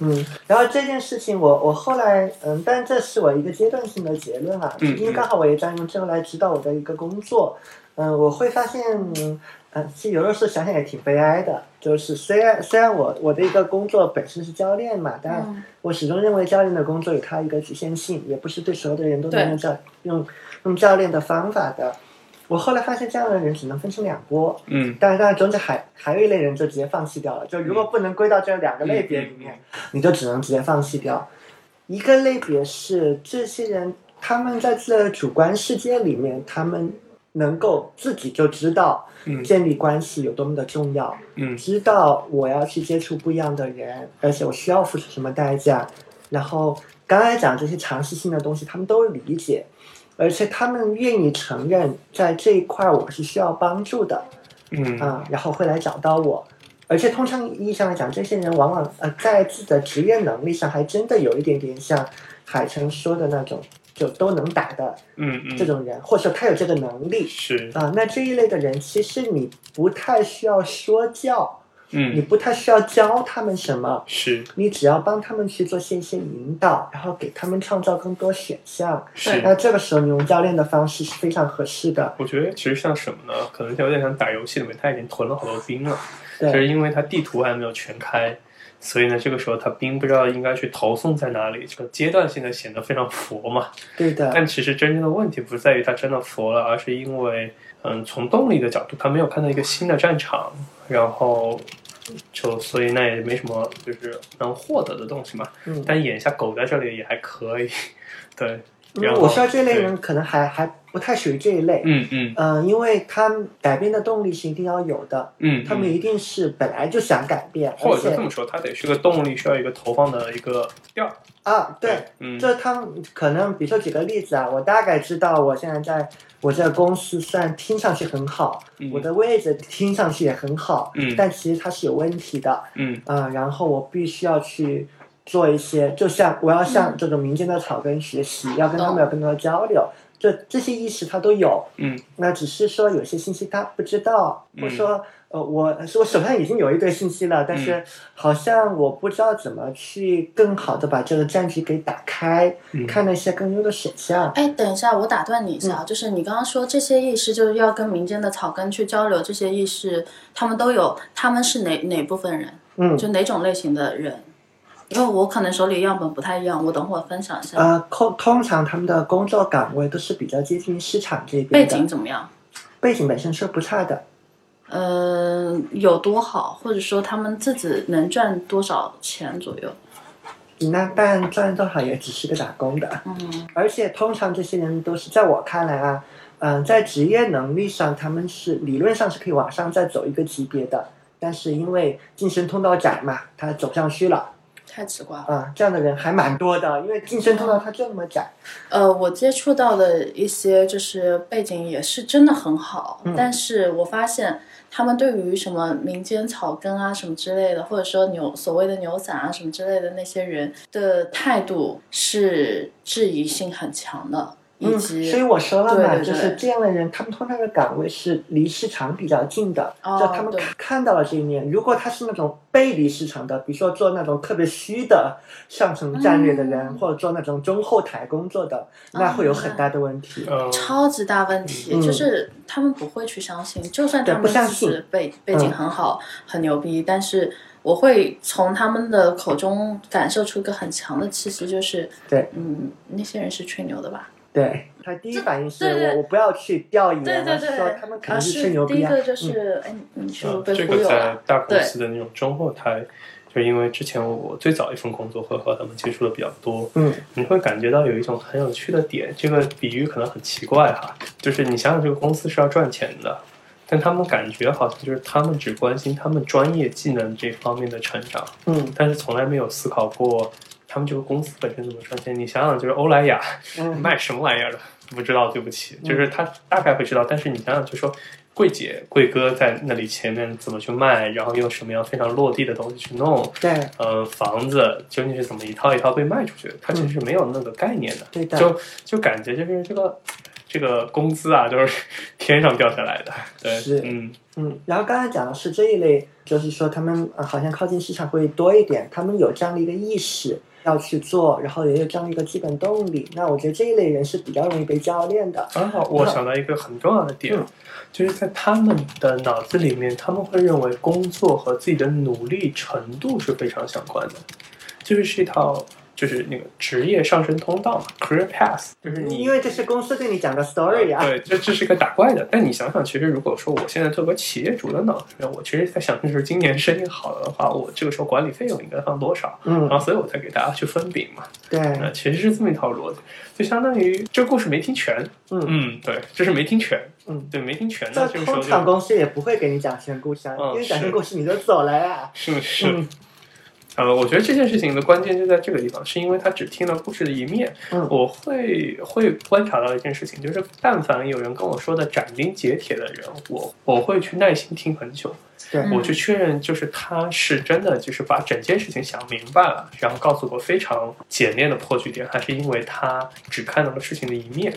嗯，然后这件事情我，我后来，嗯，但这是我一个阶段性的结论啊，
嗯
因为刚好我也在用这个来指导我的一个工作，嗯，我会发现，嗯，呃其实有的时候想想也挺悲哀的，就是虽然虽然我我的一个工作本身是教练嘛，但
嗯
我始终认为教练的工作有它一个局限性，也不是对所有的人都
对
能用教用用教练的方法的。我后来发现，这样的人只能分成两波，
嗯，
但是但是中间还还有一类人就直接放弃掉了，就如果不能归到这两个类别里面，你就只能直接放弃掉。一个类别是这些人，他们在自己的主观世界里面，他们能够自己就知道
嗯
建立关系有多么的重要，
嗯
知道我要去接触不一样的人，而且我需要付出什么代价。然后刚才讲这些常识性的东西，他们都理解，而且他们愿意承认在这一块我是需要帮助的
嗯
啊、然后会来找到我。而且通常意义上来讲，这些人往往呃在自己的职业能力上还真的有一点点像海城说的那种，就都能打的
嗯嗯，
这种人，或者说他有这个能力
是
啊、那这一类的人，其实你不太需要说教，你
嗯
不太需要教他们什么，
是
你只要帮他们去做线性引导，然后给他们创造更多选项。
是。
那这个时候，你用教练的方式是非常合适的。
我觉得其实像什么呢？可能有点像打游戏里面，他已经囤了好多兵了，就
对
是因为他地图还没有全开，所以呢，这个时候他兵不知道应该去投送在哪里，这个阶段性的显得非常佛嘛。
对的，
但其实真正的问题不在于他真的佛了，而是因为，嗯，从动力的角度，他没有看到一个新的战场，然后就所以那也没什么就是能获得的东西嘛。
嗯。
但眼下狗在这里也还可以，对。然
嗯
后
我说这类
对
人可能还还不太属于这一类，
嗯嗯
嗯、因为他们改变的动力是一定要有的，
嗯，
他们
嗯
一定是本来就想改变，
或
而
者就这
且
么说，它得是个动力，需要一个投放的一个调儿。
啊，对，，
嗯，
这他们可能，比如说举个例子啊，我大概知道我现在在我这个公司虽然听上去很好，
嗯
我的位置听上去也很好，
嗯
但其实它是有问题的，
嗯
嗯、然后我必须要去做一些，就像我要向这种民间的草根学习，要跟他们有更多的交流，这这些意识他都有，
嗯
那只是说有些信息他不知道。
嗯
我说，呃，我是我手上已经有一堆信息了，但是好像我不知道怎么去更好的把这个战局给打开，
嗯，
看那些更优的选项。
哎，等一下，我打断你一下啊，就是你刚刚说这些意识，就是要跟民间的草根去交流，这些意识他们都有，他们是哪哪部分人，
嗯，
就哪种类型的人？因为我可能手里样本不太一样，我等会儿分享一下。
呃，通通常他们的工作岗位都是比较接近市场这边
背
的，
景怎么样？
背景本身是不差的。
呃，有多好，或者说他们自己能赚多少钱左右？
你那但赚多少也只是个打工的，
嗯
而且通常这些人都是在我看来啊，嗯、在职业能力上，他们是理论上是可以往上再走一个级别的，但是因为晋升通道窄嘛，他走不上去了
太直观了
啊、。这样的人还蛮多的，因为晋升通道它就那么窄。
呃，我接触到的一些就是背景也是真的很好，
嗯
但是我发现他们对于什么民间草根啊什么之类的，或者说牛所谓的牛散啊什么之类的那些人的态度是质疑性很强的，以
嗯，
及、
所以我说了嘛，
对对对
就是这样的人，他们通常的岗位是离市场比较近的，
哦
就他们
对
看看到了这一面。如果他是那种背离市场的，比如说做那种特别虚的上层战略的人，
嗯
或者做那种中后台工作的，那会有很大的问
哦
题。
呃，
超级大问题，
嗯
就是他们不会去相信，就算
对
他们
不相
自己
信嗯
背背景很好、很牛逼，但是我会从他们的口中感受出一个很强的气息，就是
对，
嗯，那些人是吹牛的吧？
对他第一反应是
对对
我我不要去调研
对
啊，
对对，
说他们肯定
呃是
吹牛逼
第一
啊
个。就是，哎，你是
呃
不是
这
被忽
个
悠
在
了？
大公
对
司的那种中后台，就因为之前我我最早一份工作会和他们接触的比较多，
嗯
你会感觉到有一种很有趣的点。这个比喻可能很奇怪哈，就是你想想这个公司是要赚钱的。但他们感觉好像就是他们只关心他们专业技能这方面的成长，
嗯
但是从来没有思考过他们这个公司本身怎么赚钱。你想想，就是欧莱雅
嗯
卖什么玩意儿的，不知道，对不起，就是他大概会知道，但是你想想，就说柜姐、柜哥在那里前面怎么去卖，然后用什么样非常落地的东西去弄，
对
呃，房子究竟是怎么一套一套被卖出去的，他其实是没有那个概念的，
对的，
就就感觉就是这个这个工资啊，都是天上掉下来的，对，
是
嗯
嗯。然后刚才讲的是这一类，就是说他们呃好像靠近市场会多一点，他们有这样的一个意识要去做，然后也有这样的一个基本动力。那我觉得这一类人是比较容易被教练的。
啊，我想到一个很重要的点，
嗯
就是在他们的脑子里面，他们会认为工作和自己的努力程度是非常相关的，就是是一套就是那个职业上升通道嘛，career path，就是你
嗯
呃
因为这是公司对你讲的 story 啊，
对，这这是一个打怪的。但你想想，其实如果说我现在作为企业主的脑子里面，我其实在想，就是今年生意好的话，我这个时候管理费用应该放多少，
嗯
然，后所以我才给大家去分饼嘛。
对，
那其实是这么一套逻辑，就相当于这个故事没听全。
嗯
嗯，对，就是没听全。
嗯，
对，没听全
这
呢，这个时
通
候
常
就
公司也不会给你讲成故乡，
嗯
因为讲
是
成故事你就走了呀。
是不是？
嗯
呃，我觉得这件事情的关键就在这个地方，是因为他只听了故事的一面。
嗯
我会会观察到一件事情，就是但凡有人跟我说的斩钉截铁的人，我我会去耐心听很久，
对
嗯
我去确认，就是他是真的就是把整件事情想明白了，然后告诉我非常简练的破局点，还是因为他只看到了事情的一面？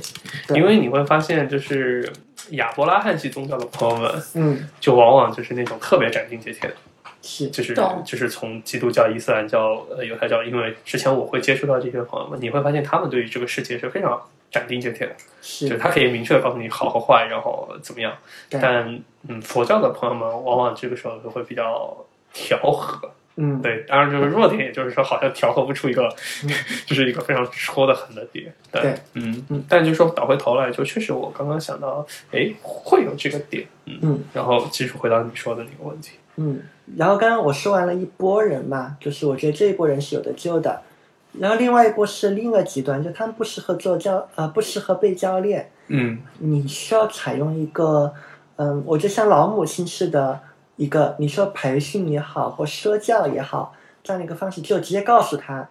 对
因为你会发现，就是亚伯拉罕系宗教的朋友们，
嗯，
就往往就是那种特别斩钉截铁的。
是
就是
懂
就是从基督教、伊斯兰教、呃犹太教，因为之前我会接触到这些朋友们，你会发现他们对于这个世界是非常斩钉截铁
嗯
的，就是
是，
他可以明确的告诉你好和坏，然后怎么样。
对
但嗯，佛教的朋友们往往这个时候就会比较调和，
嗯，
对，当然就是弱点，也就是说好像调和不出一个， 就是一个非常戳的狠的点。对，
对
嗯
嗯，
但就是说倒回头来，就确实我刚刚想到，哎，会有这个点，嗯，
嗯
然后继续回答你说的那个问题，
嗯，然后刚刚我说完了一波人嘛，就是我觉得这一波人是有的救的，然后另外一波是另一个极端，就他们不适合做教，呃，不适合被教练，
嗯
你需要采用一个，嗯，我觉得像老母亲似的一个，你说培训也好，或说教也好，这样的一个方式，就直接告诉他，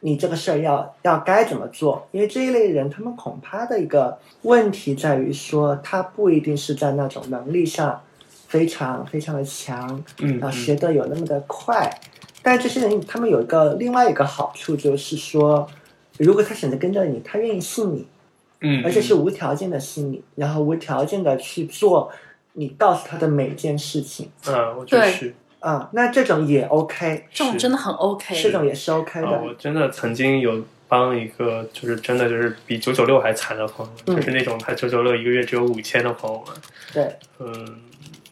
你这个事儿要要该怎么做，因为这一类人，他们恐怕的一个问题在于说，他不一定是在那种能力上非常非常的强，
嗯，
啊，
嗯
学的有那么的快。但这些人他们有一个另外一个好处，就是说，如果他选择跟着你，他愿意信你，
嗯，
而且是无条件的信你，然后无条件的去做你告诉他的每件事情
嗯，我觉得
对
是。
啊、那这种也 OK，
这种
是
真的很 OK。
这种也是 OK
啊，我
的。
真的曾经有帮一个，就是真的就是比九九六还惨的朋友，
嗯
就是那种他九九六一个月只有五千的朋友们，
对
嗯，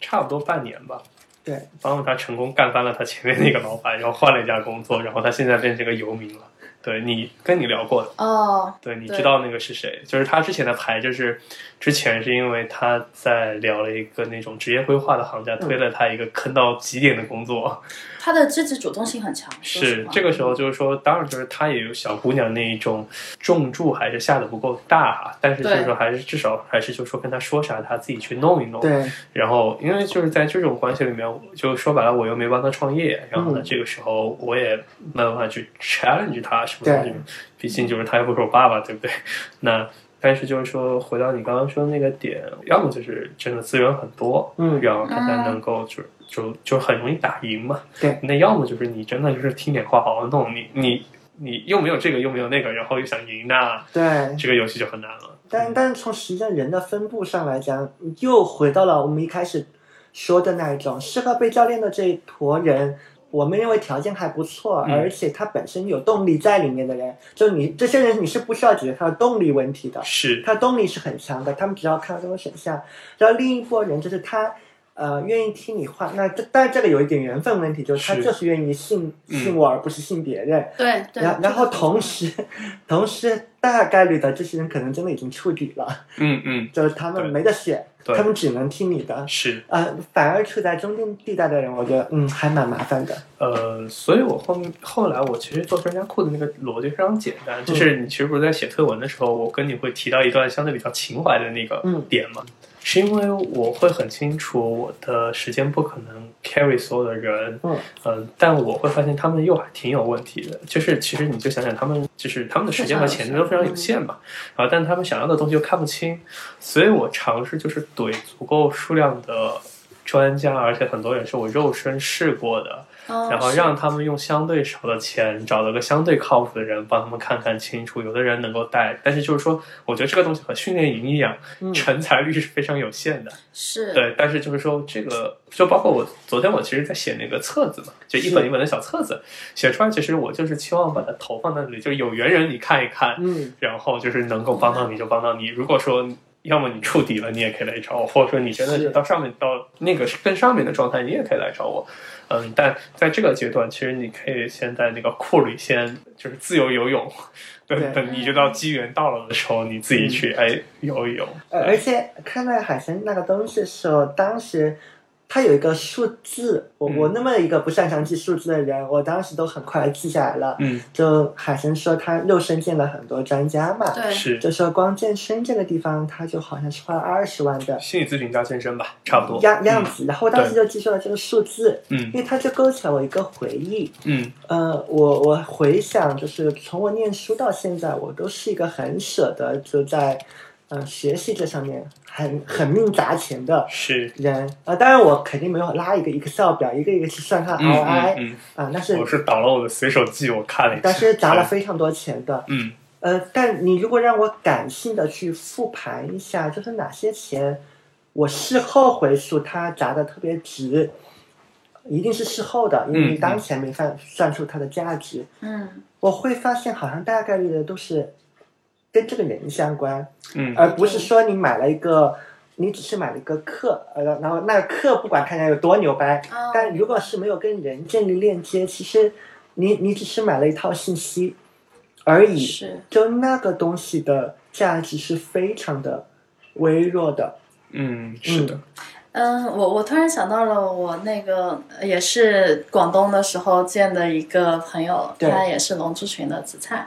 差不多半年吧，
对，
帮助他成功干翻了他前面那个老板，然后换了一家工作，然后他现在变成个游民了。对你跟你聊过的，
哦，
对，你
对
知道那个是谁？就是他之前的牌，就是之前是因为他在聊了一个那种职业规划的行家，推了他一个坑到极点的工作，
他的积极主动性很强。说实
是
话
这个时候，就是说，当然就是她也有小姑娘那一种重注还是下的不够大啊，但是就是说还是至少还是就是说跟她说啥，她自己去弄一弄。
对
然后因为就是在这种关系里面，我就说白了我又没帮她创业，然后呢，
嗯
这个时候我也没有办法去 challenge 她什么东西，毕竟就是她又不是我爸爸，对不对？那。但是就是说，回到你刚刚说的那个点，要么就是真的资源很多，
嗯
然后大家能够就就就很容易打赢嘛，
对
那要么就是你真的就是听点话好好弄，你你你又没有这个又没有那个，然后又想赢，那
对，
这个游戏就很难了。
但但从实际上人的分布上来讲，又回到了我们一开始说的那一种适合被教练的这一坨人。我们认为条件还不错，
嗯
而且他本身有动力在里面的人，就你这些人，你是不需要解决他的动力问题的。
是，
他动力是很强的，他们只要看到这种选项。然后另一波人就是他，呃，愿意听你话。那这但这个有一点缘分问题，就是他
是
就是愿意信
嗯
信我，而不是信别人。
对对。
然然后
这个
同时，同时大概率的这些人可能真的已经触底了，
嗯嗯，
就是他们
对
没得选，
对
他们只能听你的。
是，
呃，反而处在中间地带的人，我觉得嗯还蛮麻烦的。
呃，所以我后面后来我其实做专家库的那个逻辑非常简单，就是你其实不是在写推文的时候，我跟你会提到一段相对比较情怀的那个
嗯
点嘛，是因为我会很清楚我的时间不可能 carry 所有的人，
嗯
嗯，但我会发现他们又还挺有问题的，就是其实你就想想他们，就是他们的时间和钱都非常有限嘛，然后但他们想要的东西又看不清，所以我尝试就是怼足够数量的专家，而且很多也是我肉身试过的，
哦
然后
是
让他们用相对少的钱找到个相对靠谱的人帮他们看看清楚，有的人能够带，但是就是说，我觉得这个东西和训练营一样，
嗯
成才率是非常有限的。
是
对，但是就是说这个，就包括我昨天我其实在写那个册子嘛，就一本一本的小册子，写出来，其实我就是期望把它投放在那里，就是有缘人你看一看，
嗯，
然后就是能够帮到你就帮到你。如果说要么你触底了，你也可以来找我，或者说你真的
是
是到上面到那个更上面的状态，你也可以来找我。嗯，但在这个阶段，其实你可以先在那个库里先就是自由游泳，
对嗯
等等你就到机缘到了的时候，你自己去哎游一游。
呃而且看那个海参那个东西的时候，当时。它有一个数字，我
嗯
我那么一个不擅长记数字的人，我当时都很快记下来了。
嗯，
就海神说他肉身见了很多专家嘛，
对，
是
就说光健身这个地方，他就好像是花了二十万的
心理咨询加健身吧，差不多。
嗯
嗯
样样子，然后我当时
对
就记住了这个数字，
嗯
因为它就勾起了我一个回忆。
嗯
呃，我我回想，就是从我念书到现在，我都是一个很舍得就在，呃，学习这上面很很命砸钱的
是。
人啊、呃当然，我肯定没有拉一个 Excel 表，一个一个去算它
嗯
ROI 啊、
嗯
但
嗯，
是
我是打了我的随手记，我看了一下。
但是砸了非常多钱的。
嗯
呃，但你如果让我感性的去复盘一下，就是哪些钱我事后回溯它砸的特别值，一定是事后的，因为
嗯嗯
你当前没算算出它的价值。
嗯，
我会发现好像大概率的都是跟这个人相关，
嗯
而不是说你买了一个，你只是买了一个课，呃，然后那个课不管看起来有多牛掰，
哦
但如果是没有跟人建立链接，其实你你只是买了一套信息而已，
是
就那个东西的价值是非常的微弱的。
嗯，是的，
嗯，我我突然想到了，我那个呃也是广东的时候见的一个朋友，
对
他也是龙之群的紫菜，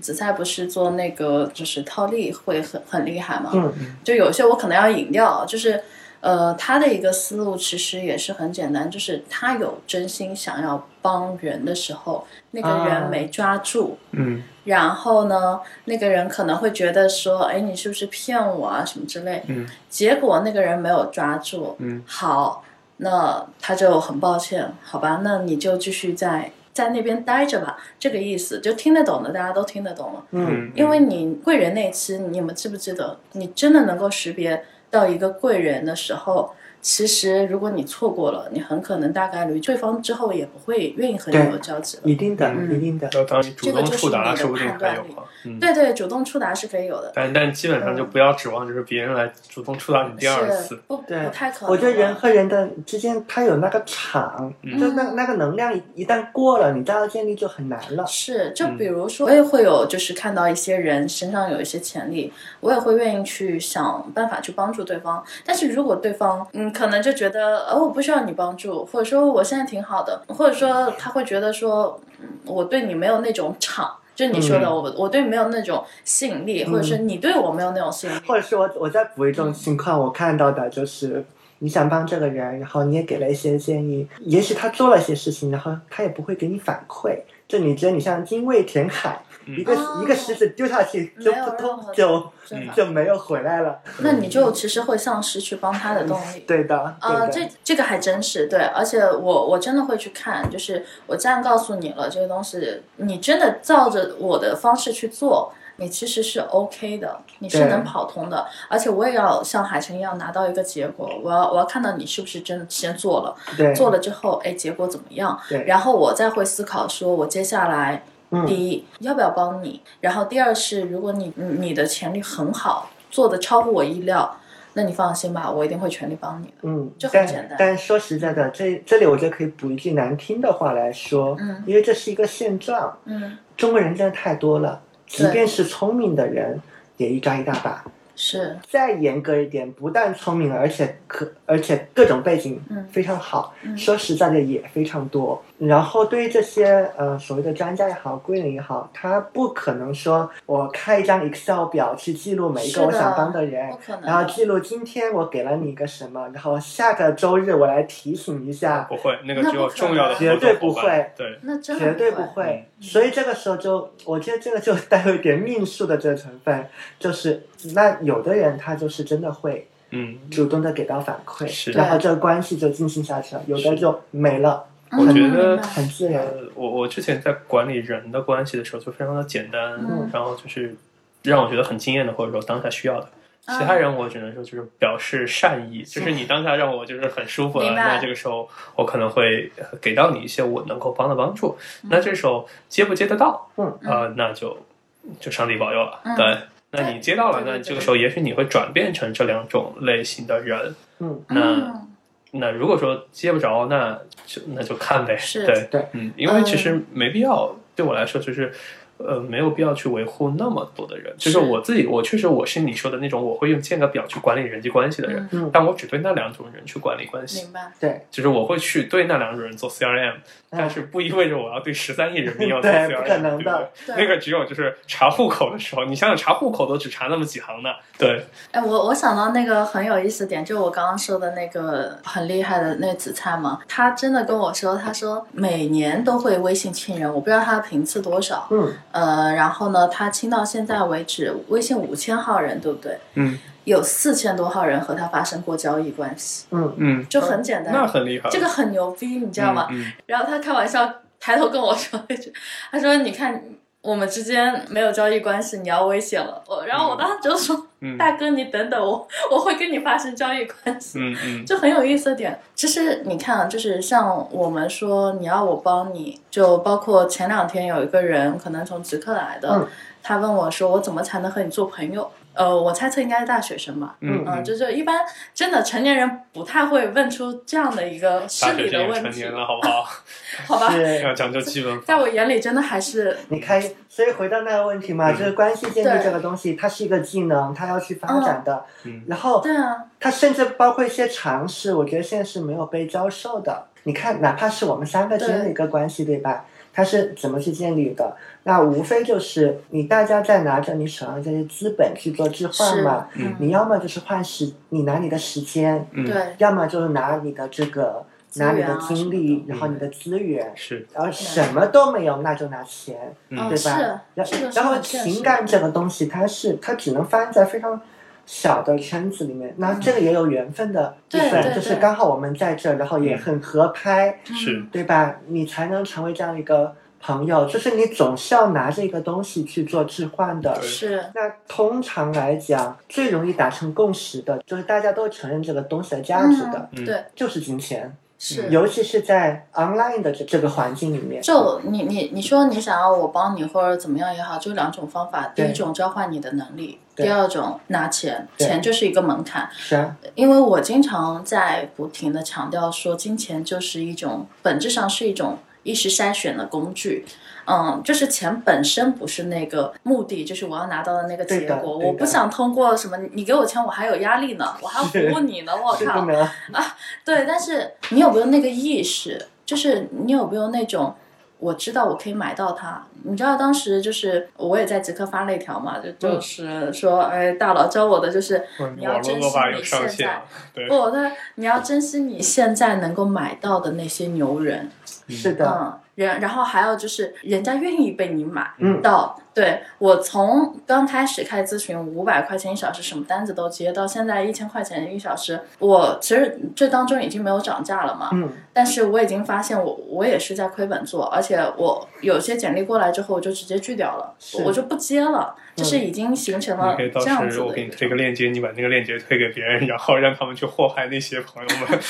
紫菜不是做那个就是套利会很很厉害嘛，
嗯
就有些我可能要引掉，就是呃，他的一个思路其实也是很简单，就是他有真心想要帮人的时候，那个人
啊
没抓住，
嗯
然后呢，那个人可能会觉得说，哎，你是不是骗我啊，什么之类。
嗯。
结果那个人没有抓住。
嗯。
好，那他就很抱歉，好吧，那你就继续在在那边待着吧，这个意思就听得懂的，大家都听得懂了。
嗯，
嗯，
因为你贵人那期，你们记不记得？你真的能够识别到一个贵人的时候，其实如果你错过了，你很可能大概率对方之后也不会愿意和你
对
有交集了。
一定的，
嗯
一定的。
要当你主
这个
动
就是
触达，
你的
说不定
判
还
断
有
力
啊。嗯，
对对，主动触达是可以有的。
但但基本上就不要指望就是别人来主动触达你第二
是
次。
不
对
不太可能。啊
我觉得人和人的之间，它有那个场，
嗯
就那那个能量一一旦过了，你再要建立就很难了。
是，就
嗯
比如说，我也会有，就是看到一些人身上有一些潜力，我也会愿意去想办法去帮助对方。但是如果对方，嗯，可能就觉得，呃、我不需要你帮助，或者说我现在挺好的，或者说他会觉得说，嗯，我对你没有那种场，就你说的，
嗯
我我对你没有那种吸引力，或者是你对我没有那种吸引力。
或者是我我再补一种情况，我看到的就是你想帮这个人，然后你也给了一些建议，也许他做了一些事情，然后他也不会给你反馈。就你觉得你像精卫填海，
嗯
一个、
哦
一个石子丢下去就
没有
扑
任何
通
的
就
对吧
就没有回来
嗯
了。
那你就其实会丧失去帮他的动力。
嗯对的，对的。
啊，这这个还真是对，而且我我真的会去看，就是我既然告诉你了这个东西，你真的照着我的方式去做，你其实是 OK 的，你是
对
能跑通的。而且我也要像海城一样拿到一个结果，我要我要看到你是不是真的先做了，
对
做了之后，哎，结果怎么样？
对，
然后我再会思考，说我接下来第
嗯
一，要不要帮你？然后第二是，如果你你你的潜力很好，做的超乎我意料，那你放心吧，我一定会全力帮你的。
嗯，
就很简单
但但说实在的，这这里我就可以补一句难听的话来说，
嗯
因为这是一个现状，
嗯，
中国人真的太多了，即
对
便是聪明的人也一抓一大把。
是，
再严格一点，不但聪明，而且可而且各种背景
嗯
非常好。
嗯
说实在的，也非常多。然后对于这些呃所谓的专家也好，贵人也好，他不可能说我开一张 Excel 表去记录每一
是
个
的
我想帮的人
不。可能。
然后记录今天我给了你一个什么，然后下个周日我来提醒一下，
不会，那个
那
只
不
有
可
重要
能
的合作
绝对不
伙伴
会
对，
那真的
绝对不
不会。
会。所以这个时候就，我觉得这个就 带有一点命数的这个成分，就是那有的人他就是真的会
嗯，
主动的给到反馈，
是
然后这个关系就进行下去了，有的就没了，
我
嗯
觉得
明白
很自然。
呃，我我之前在管理人的关系的时候就非常的简单，
嗯
然后就是让我觉得很惊艳的，或者说当下需要的。
啊
其他人我只能说就是表示善意，就是你当下让我就是很舒服了，
明白
那这个时候我可能会给到你一些我能够帮的帮助。
嗯
那这时候接不接得到，
嗯
啊，那就就上帝保佑了，
嗯
对。那
对
你接到了，
对对
那
对
这个时候也许你会转变成这两种类型的人。
嗯，
那
嗯
那如果说接不着，那就那就看呗。
是
对
对
嗯，因为
嗯
其实没必要。对我来说，就是呃，没有必要去维护那么多的人。就
是
是我自己，我确实我是你说的那种，我会用建个表去管理人际关系的人，
嗯，
但我只对那两种人去管理关系。
明白。
对，
就是我会去对那两种人做 CRM，、但是不意味着我要对十三亿人 民要做
嗯对
CRM，
不可能
对不
的
对那个只有就是查户口的时候，你想想查户口都只查那么几行呢，对，
哎，我我想到那个很有意思的点，就我刚刚说的那个很厉害的那个紫菜嘛，他真的跟我说，他说每年都会微信亲人，我不知道他的频次多少，
嗯，
呃，然后呢，他亲到现在为止，微信五千号人，对不对？
嗯
有四千多号人和他发生过交易关系，
嗯，
嗯，
就很简
那
单，
很厉害，
这个很牛逼，你知道吗？
嗯
然后他开玩笑抬头跟我说了一句，他说：“你看我们之间没有交易关系，你要危险了。”我，然后我当时就说：“
嗯
大哥，你等等我，我会跟你发生交易关系。”
嗯嗯
就很有意思的点，其实你看啊，就是像我们说你要我帮你，就包括前两天有一个人可能从极客来的，
嗯
他问我说我怎么才能和你做朋友？呃，我猜测应该是大学生吧，
嗯
嗯，就就一般真的成年人不太会问出这样的一个
大
事
学
理
生
的
也
问
成
题
年，了，好 不好？
好吧？
嗯是。
要讲究基本法。
在我眼里，真的还是
你看，所以回到那个问题嘛，
嗯
就是关系建立
对
这个东西，它是一个技能，它要去发展的。
嗯
然后
对啊，
它甚至包括一些常识，我觉得现在是没有被教授的。你看，哪怕是我们三个之间的一个关系，对吧？它是怎么去建立的？那无非就是你大家在拿着你手上这些资本去做置换
是
嘛。
嗯
你要么就是换时，你拿你的时间，
嗯，
对，
要么就是拿你的这个，
资源
拿
啊
你的精力，
什么的
然后你的资源，
是，
然后什么都没有，那就拿钱。
嗯
嗯，
对
是
吧，然
这个是
然后
很现实
情感这个东西，它是它只能发生在非常小的圈子里面。那这个也有缘分的部
嗯对
分，
对
就是
对
刚好我们在这儿，然后也很合拍，
是，
对吧？你才能成为这样一个朋友，就是你总是要拿这个东西去做置换
嗯
的。
对
是
那通常来讲，最容易达成共识的，就是大家都承认这个东西的价值的，
嗯
对
就是金钱，
是。
尤其是在 online 的这这个环境里面。
就你你你说你想要我帮你或者怎么样也好，就两种方法。第
对
一种交换你的能力，
对
第二种拿钱，
对
钱就是一个门槛。
是啊，
因为我经常在不停的强调说，金钱就是一种本质上是一种意识筛选的工具。嗯，就是钱本身不是那个目的，就是我要拿到的那个结
对的
果。
对的
我不想通过什么，你给我钱，我还有压力呢，我还要服务你呢，我
是
靠
不！能。
对，但是你有没有那个意识？就是你有没有那种我知道我可以买到它？你知道当时就是我也在极客发了一条嘛，就就
嗯
是说，哎，大佬教我的就是你要
网络
珍
恶
惜
霸有
你
上
现
限
在
啊，对，
不，他你要珍惜你现在能够买到的那些牛人，
是的，
嗯，然然后还有就是人家愿意被你买。
嗯，
到对我从刚开始开咨询五百块钱一小时，什么单子都接，到现在一千块钱一小时，我其实这当中已经没有涨价了嘛，
嗯，
但是我已经发现我我也是在亏本做，而且我有些简历过来之后，我就直接拒掉了，
是嗯
我就不接了，就是已经形成了
你可以到
这样
时
子
候我
的
给
一
你
个
推个链接，你把那个链接推给别人，然后让他们去祸害那些朋友 们。
嗯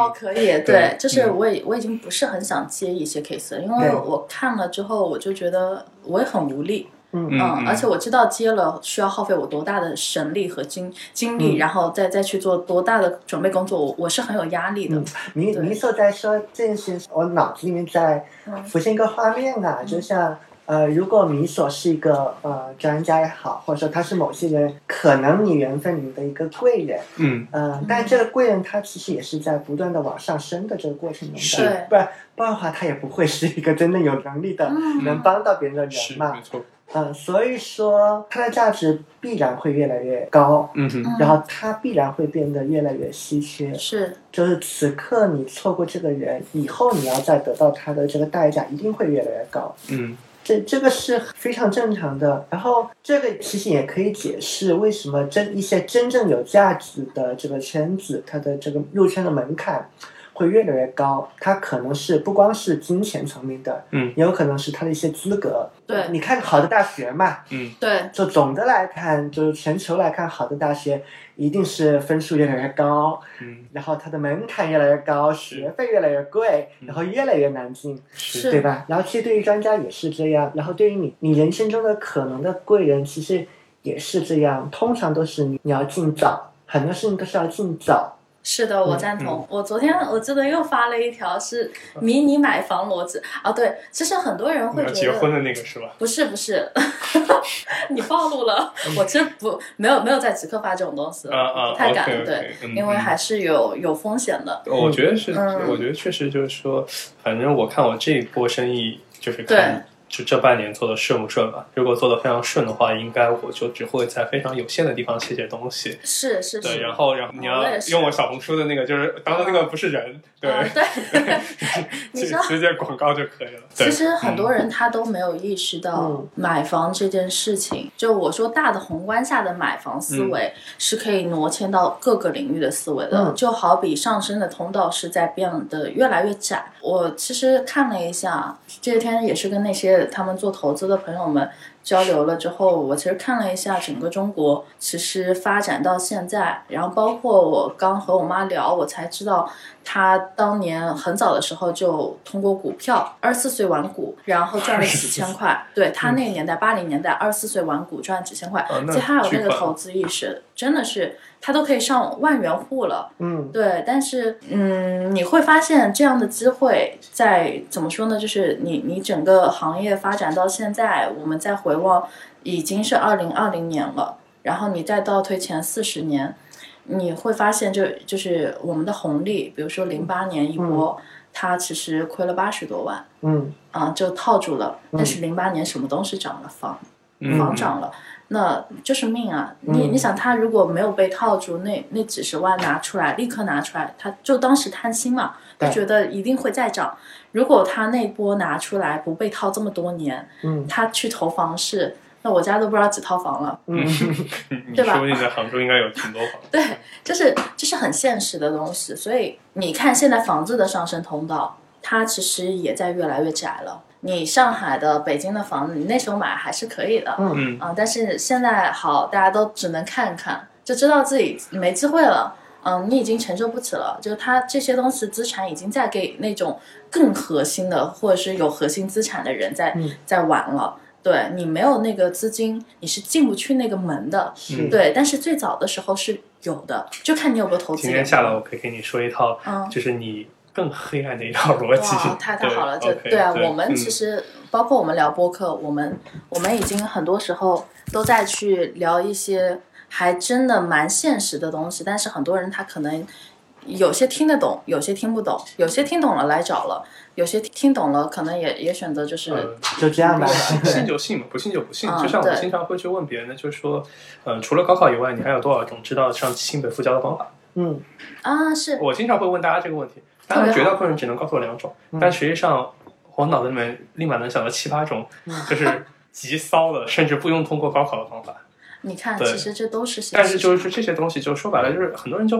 哦，可以，对，
对
就是
嗯
我也我已经不是很想接一些 case，了因为
对
我看了之后，我就觉得我也很无力，
嗯
嗯，
而且我知道接了需要耗费我多大的神力和精精力，
嗯
然后再再去做多大的准备工作，我我是很有压力的，
嗯你
对
你所在说这件事，我脑子里面在
嗯
浮现一个画面啊，就像呃，如果米索是一个呃专家也好，或者说他是某些人，可能你缘分里的一个贵人，
嗯
呃，但这个贵人他其实也是在不断的往上升的这个过程中
是
的，
对
不然不然的话，他也不会是一个真正有能力的。
嗯
能帮到别人的
是
人嘛
没，错，
嗯、所以说它的价值必然会越来越高，
嗯哼，
嗯
然后它必然会变得越来越稀缺。
是
就是此刻你错过这个人，以后你要再得到他的这个代价一定会越来越高。
嗯
这这个是非常正常的，然后这个其实也可以解释为什么真一些真正有价值的这个圈子，它的这个入圈的门槛会越来越高。它可能是不光是金钱层面的，
嗯
也有可能是它的一些资格。
对
你看好的大学嘛，
嗯
对
就总的来看，就是全球来看，好的大学一定是分数越来越高，
嗯，
然后它的门槛越来越高，学费越来越贵，然后
嗯
越来越难进，
是
是
对吧？然后其实对于专家也是这样，然后对于你，你人生中的可能的贵人，其实也是这样，通常都是你你要尽早，很多事情都是要尽早。
是的，
嗯
我赞同。我昨天我记得又发了一条是
嗯
迷你买房逻辑啊，对，其实很多人
你
会
要
觉
结
得
婚的那个是吧？
不是不是， 你暴露了。
嗯
我其实不没有没有在极客发这种东西，
啊啊，
不太敢
OK，OK，
对
嗯，
因为
嗯
还是有有风险的。
我觉得是，
嗯
我觉得确实就是说，反正我看我这一波生意，就是
对
看就这半年做的顺不顺吧。如果做的非常顺的话，应该我就只会在非常有限的地方写写东西。
是是
对，
是，哦
然后然后你
我
要
也是
用我小红书的那个，就是当做那个不是人， 对，
嗯对，你
直
知道
直接广告就可以了。对
其
嗯
实很多人他都没有意识到
嗯
买房这件事情。就我说大的宏观下的买房思维
嗯
是可以挪迁到各个领域的思维的。
嗯
就好比上升的通道是在变得越来越窄。我其实看了一下，这天也是跟那些他们做投资的朋友们交流了之后，我其实看了一下整个中国，其实发展到现在，然后包括我刚和我妈聊，我才知道她当年很早的时候就通过股票，二十四岁玩股，然后赚了几千块。对她那个年代，八零年代，二十四岁玩股赚几千块，
嗯哦那
其实她有那
巨
个
款
投资意识，真的是她都可以上万元户了。
嗯，
对，但是嗯，你会发现这样的机会在怎么说呢？就是你你整个行业发展到现在，我们再回望，已经是二零二零年了，然后你再倒推前四十年，你会发现就就是我们的红利，比如说零八年一波，它其实亏了八十多万。
嗯，
啊、就套住了。但是零八年什么东西涨了？房、
嗯
房涨了，那就是命啊！你
嗯
你想，他如果没有被套住，那那几十万拿出来，立刻拿出来，他就当时贪心嘛，他
对
觉得一定会再涨。如果他那波拿出来不被套这么多年，
嗯
他去投房市，那我家都不知道几套房了。
嗯，
你 你
对吧
说不定在杭州应该有挺多房。
对，就是这是很现实的东西。所以你看，现在房子的上升通道，它其实也在越来越窄了。你上海的、北京的房子，你那时候买还是可以的，啊、
嗯
嗯，
但是现在好，大家都只能看看，就知道自己没机会了。嗯，你已经承受不起了，就是它这些东西资产已经在给那种更核心的，或者是有核心资产的人在、
嗯
在玩了。对你没有那个资金，你是进不去那个门的。
嗯
是，
对，但是最早的时候是有的，就看你有没有投资。
今天下来，我可以给你说一套，
嗯
就是你更黑暗的一套逻辑
哇，。 太太
对
好了，这
OK，
对啊，我
嗯
们其实包括我们聊播客，我们我们已经很多时候都在去聊一些还真的蛮现实的东西，但是很多人他可能有些听得懂，有些听不懂，有些听懂了来找了，有些听懂了可能也也选择就是、
呃
就这样吧。
信就信嘛，不信就不信。
嗯
就像我
对
经常会去问别人的，就是说，嗯、除了高考以外，你还有多少种知道上清北复交的方法？
嗯
啊是
我经常会问大家这个问题，
特别好
大家绝大部分人只能告诉我两种，
嗯
但实际上我脑子里面立马能想到七八种，
嗯
就是极骚的，甚至不用通过高考的方法。
你看，
对
其实这都是现实。
但是就是说这些东西，就说白了，就是很多人就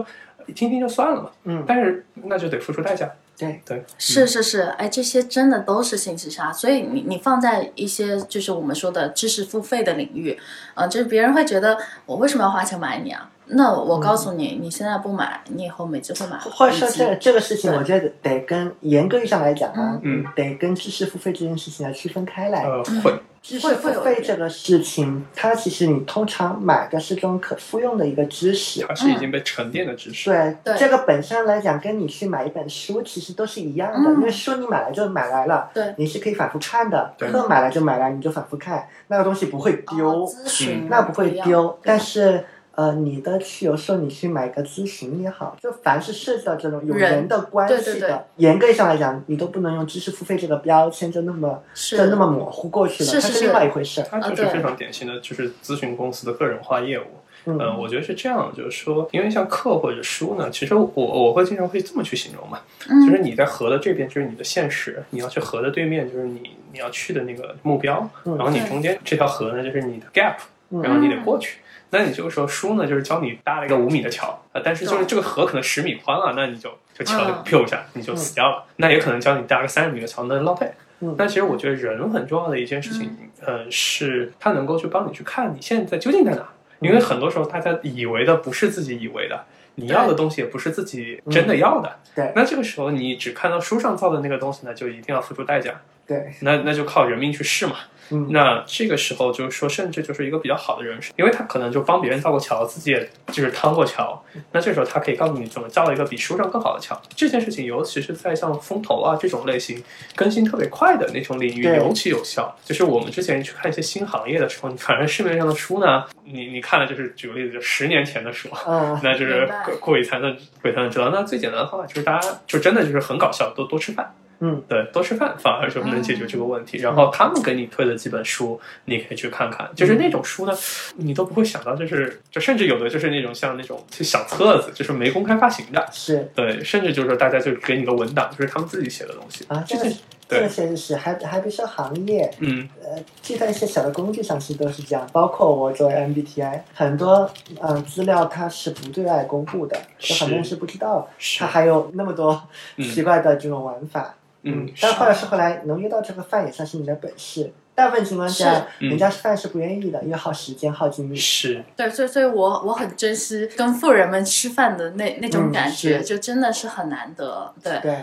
听听就算了嘛，
嗯，
但是那就得付出代价。
对
对，
嗯
是是是，哎，这些真的都是信息差，所以你你放在一些就是我们说的知识付费的领域，啊、就是别人会觉得我为什么要花钱买你啊？那我告诉你，你现在不买，你以后没机会买了。
或者说
以及
这个这个嗯事情，
对
我觉得得跟严格意义上来讲啊，
嗯嗯，
得跟知识付费这件事情要区分开
嗯
来。
呃，会，
知
会
识
会有
付
一
费
点
这个事情，它其实你通常买的是种可复用的一个知识。
它是
嗯
已经被沉淀的知识。
对，
对
这个本身来讲，跟你去买一本书其实都是一样的，
嗯
因为书你买来就买来了，
对
你是可以反复看的。
对
课买来就买来，你就反复看，那个东西不会丢。
哦咨询、
嗯
那不会
一样
丢，但
对
是呃，你的去有时候你去买个咨询也好，就凡是涉及到这种有
人
人的关
对对
系
对
的，严格意义上来讲，你都不能用知识付费这个标签就那么
是
就那么模糊过去了，
是
它
是
是
是
另外一回事儿。
它就
啊
是
对
非常典型的，就是咨询公司的个人化业务。呃，
嗯
我觉得是这样，就是说，因为像课或者书呢，其实我我会经常会这么去形容嘛，就
嗯
是你在河的这边就是你的现实，你要去河的对面就是你你要去的那个目标，
嗯
然后你
对
中间这条河呢就是你的 gap，然后
嗯
你得过去。那你这个时候书呢，就是教你搭了一个五米的桥啊，但是就是
懂
这个河可能十米宽了，那你就就桥就
嗯
p 一下，你就死掉了。那也可能教你搭个三十米的桥，那浪费。
嗯
那其实我觉得人很重要的一件事情，呃，是他能够去帮你去看你现在究竟在哪。因为很多时候大家以为的不是自己以为的，你要的东西也不是自己真的要的。
对
那这个时候你只看到书上造的那个东西呢，就一定要付出代价。
对，
那那就靠人命去试嘛。
嗯，
那这个时候就是说，甚至就是一个比较好的人，因为他可能就帮别人造过桥，自己也就是趟过桥。
嗯
那这时候他可以告诉你怎么造一个比书上更好的桥。这件事情，尤其是在像风投啊这种类型更新特别快的那种领域，
对
尤其有效。就是我们之前去看一些新行业的时候，你反正市面上的书呢，你你看了就是举个例子，就十年前的书，
嗯，
那就是
明白
鬼鬼才能鬼才能知道。那最简单的方法就是大家就真的就是很搞笑，多多吃饭。
嗯，
对，多吃饭反而就能解决这个问题。然后他们给你推的几本书，你可以去看看。就是那种书呢，你都不会想到，就是就甚至有的就是那种像那种小册子，就是没公开发行的。
是
对，甚至就是说大家就给你个文档，就是他们自己写的东西。
啊，
这
这
件事
个这
对
个，确实是，还还别说行业，
嗯
呃，计算一些小的工具上其实都是这样，包括我作为 MBTI，很多嗯、呃资料它是不对外公布的，有很多人
是
是不知道
是
它啊还有那么多
嗯
奇怪的这种玩法。
嗯，是
但话又说回来，能约到这个饭也算是你的本事。大部分情况下，
是嗯
人家吃饭是不愿意的，因为耗时间、耗精力。
是
对，所以所以我我很珍惜跟富人们吃饭的那那种
嗯
感觉，
是
就真的是很难得。对，
对，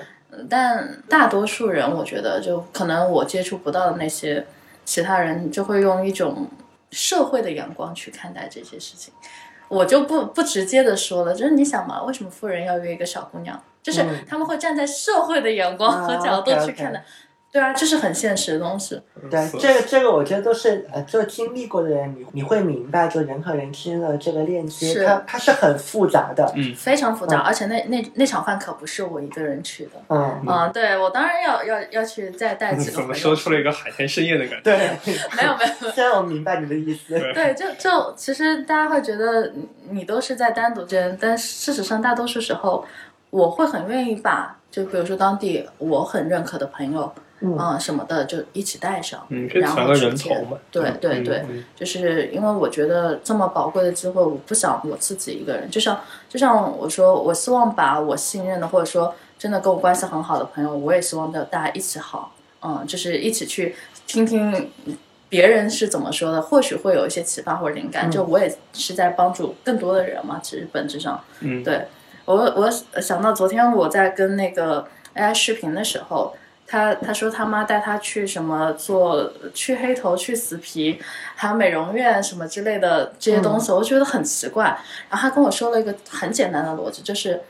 但大多数人我觉得就可能我接触不到的那些其他人，就会用一种社会的眼光去看待这些事情。我就不不直接的说了，就是你想嘛，为什么富人要约一个小姑娘？就是
嗯
他们会站在社会的眼光和
啊
角度
，OK，OK
去看的，对啊，这是很现实的东西。
对，
所
这个这个我觉得都是呃，就经历过的人，你你会明白，就人和人之间的这个链
是
接，它它是很复杂的。
嗯
非常复杂，
嗯
而且那那那场饭可不是我一个人去的。
嗯，
啊、对我当然要要要去再 带几个
怎
朋
么
友。
说出了一个海天盛宴的感觉？
对。
没有没有，
虽然我明白你的意思，
对
对，就就其实大家会觉得你你都是在单独见，但事实上大多数时候，我会很愿意把就比如说当地我很认可的朋友，
嗯
啊什么的就一起带上，
嗯，就
然
传
后
个
去
人头
见
嘛。
对对
嗯
对，
嗯
就是因为我觉得这么宝贵的机会，我不想我自己一个人。就像就像我说，我希望把我信任的，或者说真的跟我关系很好的朋友，我也希望的大家一起好，嗯，就是一起去听听别人是怎么说的，或许会有一些启发或者灵感。
嗯
就我也是在帮助更多的人嘛，其实本质上，
嗯
对我我想到昨天我在跟那个 AI 视频的时候，他他说他妈带他去什么做去黑头、去死皮，还有美容院什么之类的这些东西，我觉得很奇怪。然后他跟我说了一个很简单的逻辑，就是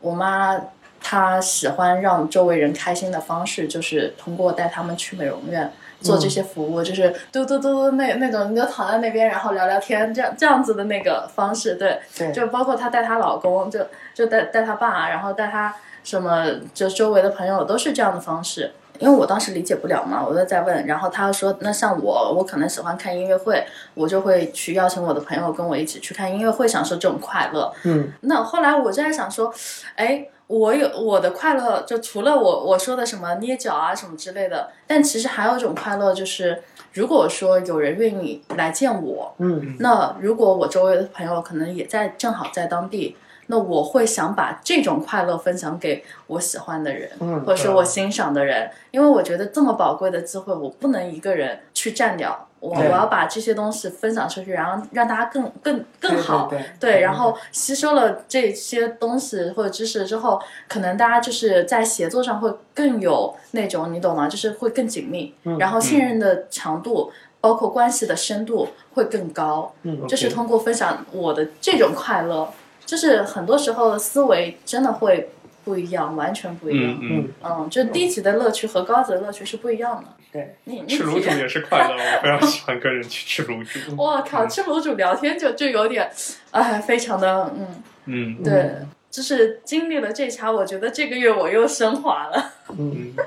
我妈。她喜欢让周围人开心的方式，就是通过带他们去美容院做这些服务，就是嘟嘟嘟嘟那那种，你就躺在那边，然后聊聊天，这样这样子的那个方式，对。
对，
就包括她带她老公，就就带带她爸，然后带她什么，就周围的朋友都是这样的方式。因为我当时理解不了嘛，我就在问，然后她说，那像我，我可能喜欢看音乐会，我就会去邀请我的朋友跟我一起去看音乐会，享受这种快乐。
嗯，
那后来我就在想说，哎，我有我的快乐，就除了我我说的什么捏脚啊什么之类的，但其实还有一种快乐，就是如果说有人愿意来见我，
嗯，
那如果我周围的朋友可能也在正好在当地，那我会想把这种快乐分享给我喜欢的人，
嗯
或者是我欣赏的人，因为我觉得这么宝贵的机会，我不能一个人去占掉。我我
对
要把这些东西分享出去，然后让大家更更更好，
对对对
对，然后吸收了这些东西或者知识之后，可能大家就是在协作上会更有那种，你懂吗？就是会更紧密，
嗯
然后信任的强度，包括关系的深度会更高。
嗯
就是
，OK
通过分享我的这种快乐，就是很多时候思维真的会不一样，完全不一
嗯
样。
嗯，
嗯，就低级的乐趣和高级的乐趣是不一样的。
对，
你你
吃卤煮
体验
也是快乐，我非常喜欢跟人去吃 卤煮。嗯
我靠，吃卤煮聊天就就有点，哎，非常的嗯。
嗯
对，就是经历了这茬，我觉得这个月我又升华了，
嗯，
嗯，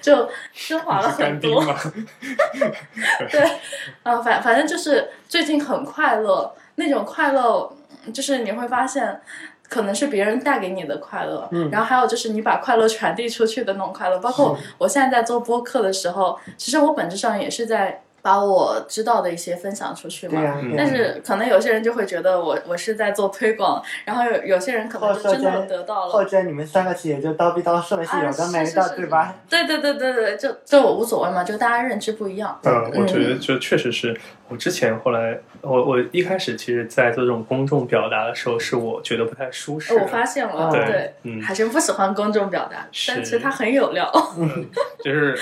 就升华了
是干
很
冰
多
嘛，
啊。反反正就是最近很快乐，那种快乐嗯就是你会发现。可能是别人带给你的快乐，
嗯
然后还有就是你把快乐传递出去的那种快乐，包括我现在在做播客的时候，其实我本质上也是在把我知道的一些分享出去嘛。
对呀，
嗯
对呀啊
但是可能有些人就会觉得我我是在做推广，然后有有些人可能就真的得到了。
或者你们三个其实也就叨逼叨说了些有的没的，
啊是是是
对吧？
对对对对对，就对我无所谓嘛，就大家认知不一样。
嗯，我觉得
嗯
就确实是我之前后来，我我一开始其实，在做这种公众表达的时候，是我觉得不太舒适
呃
的。
我发现了，
嗯
对
对，
嗯
海神不喜欢公众表达，
是
但其实他很有料。
就是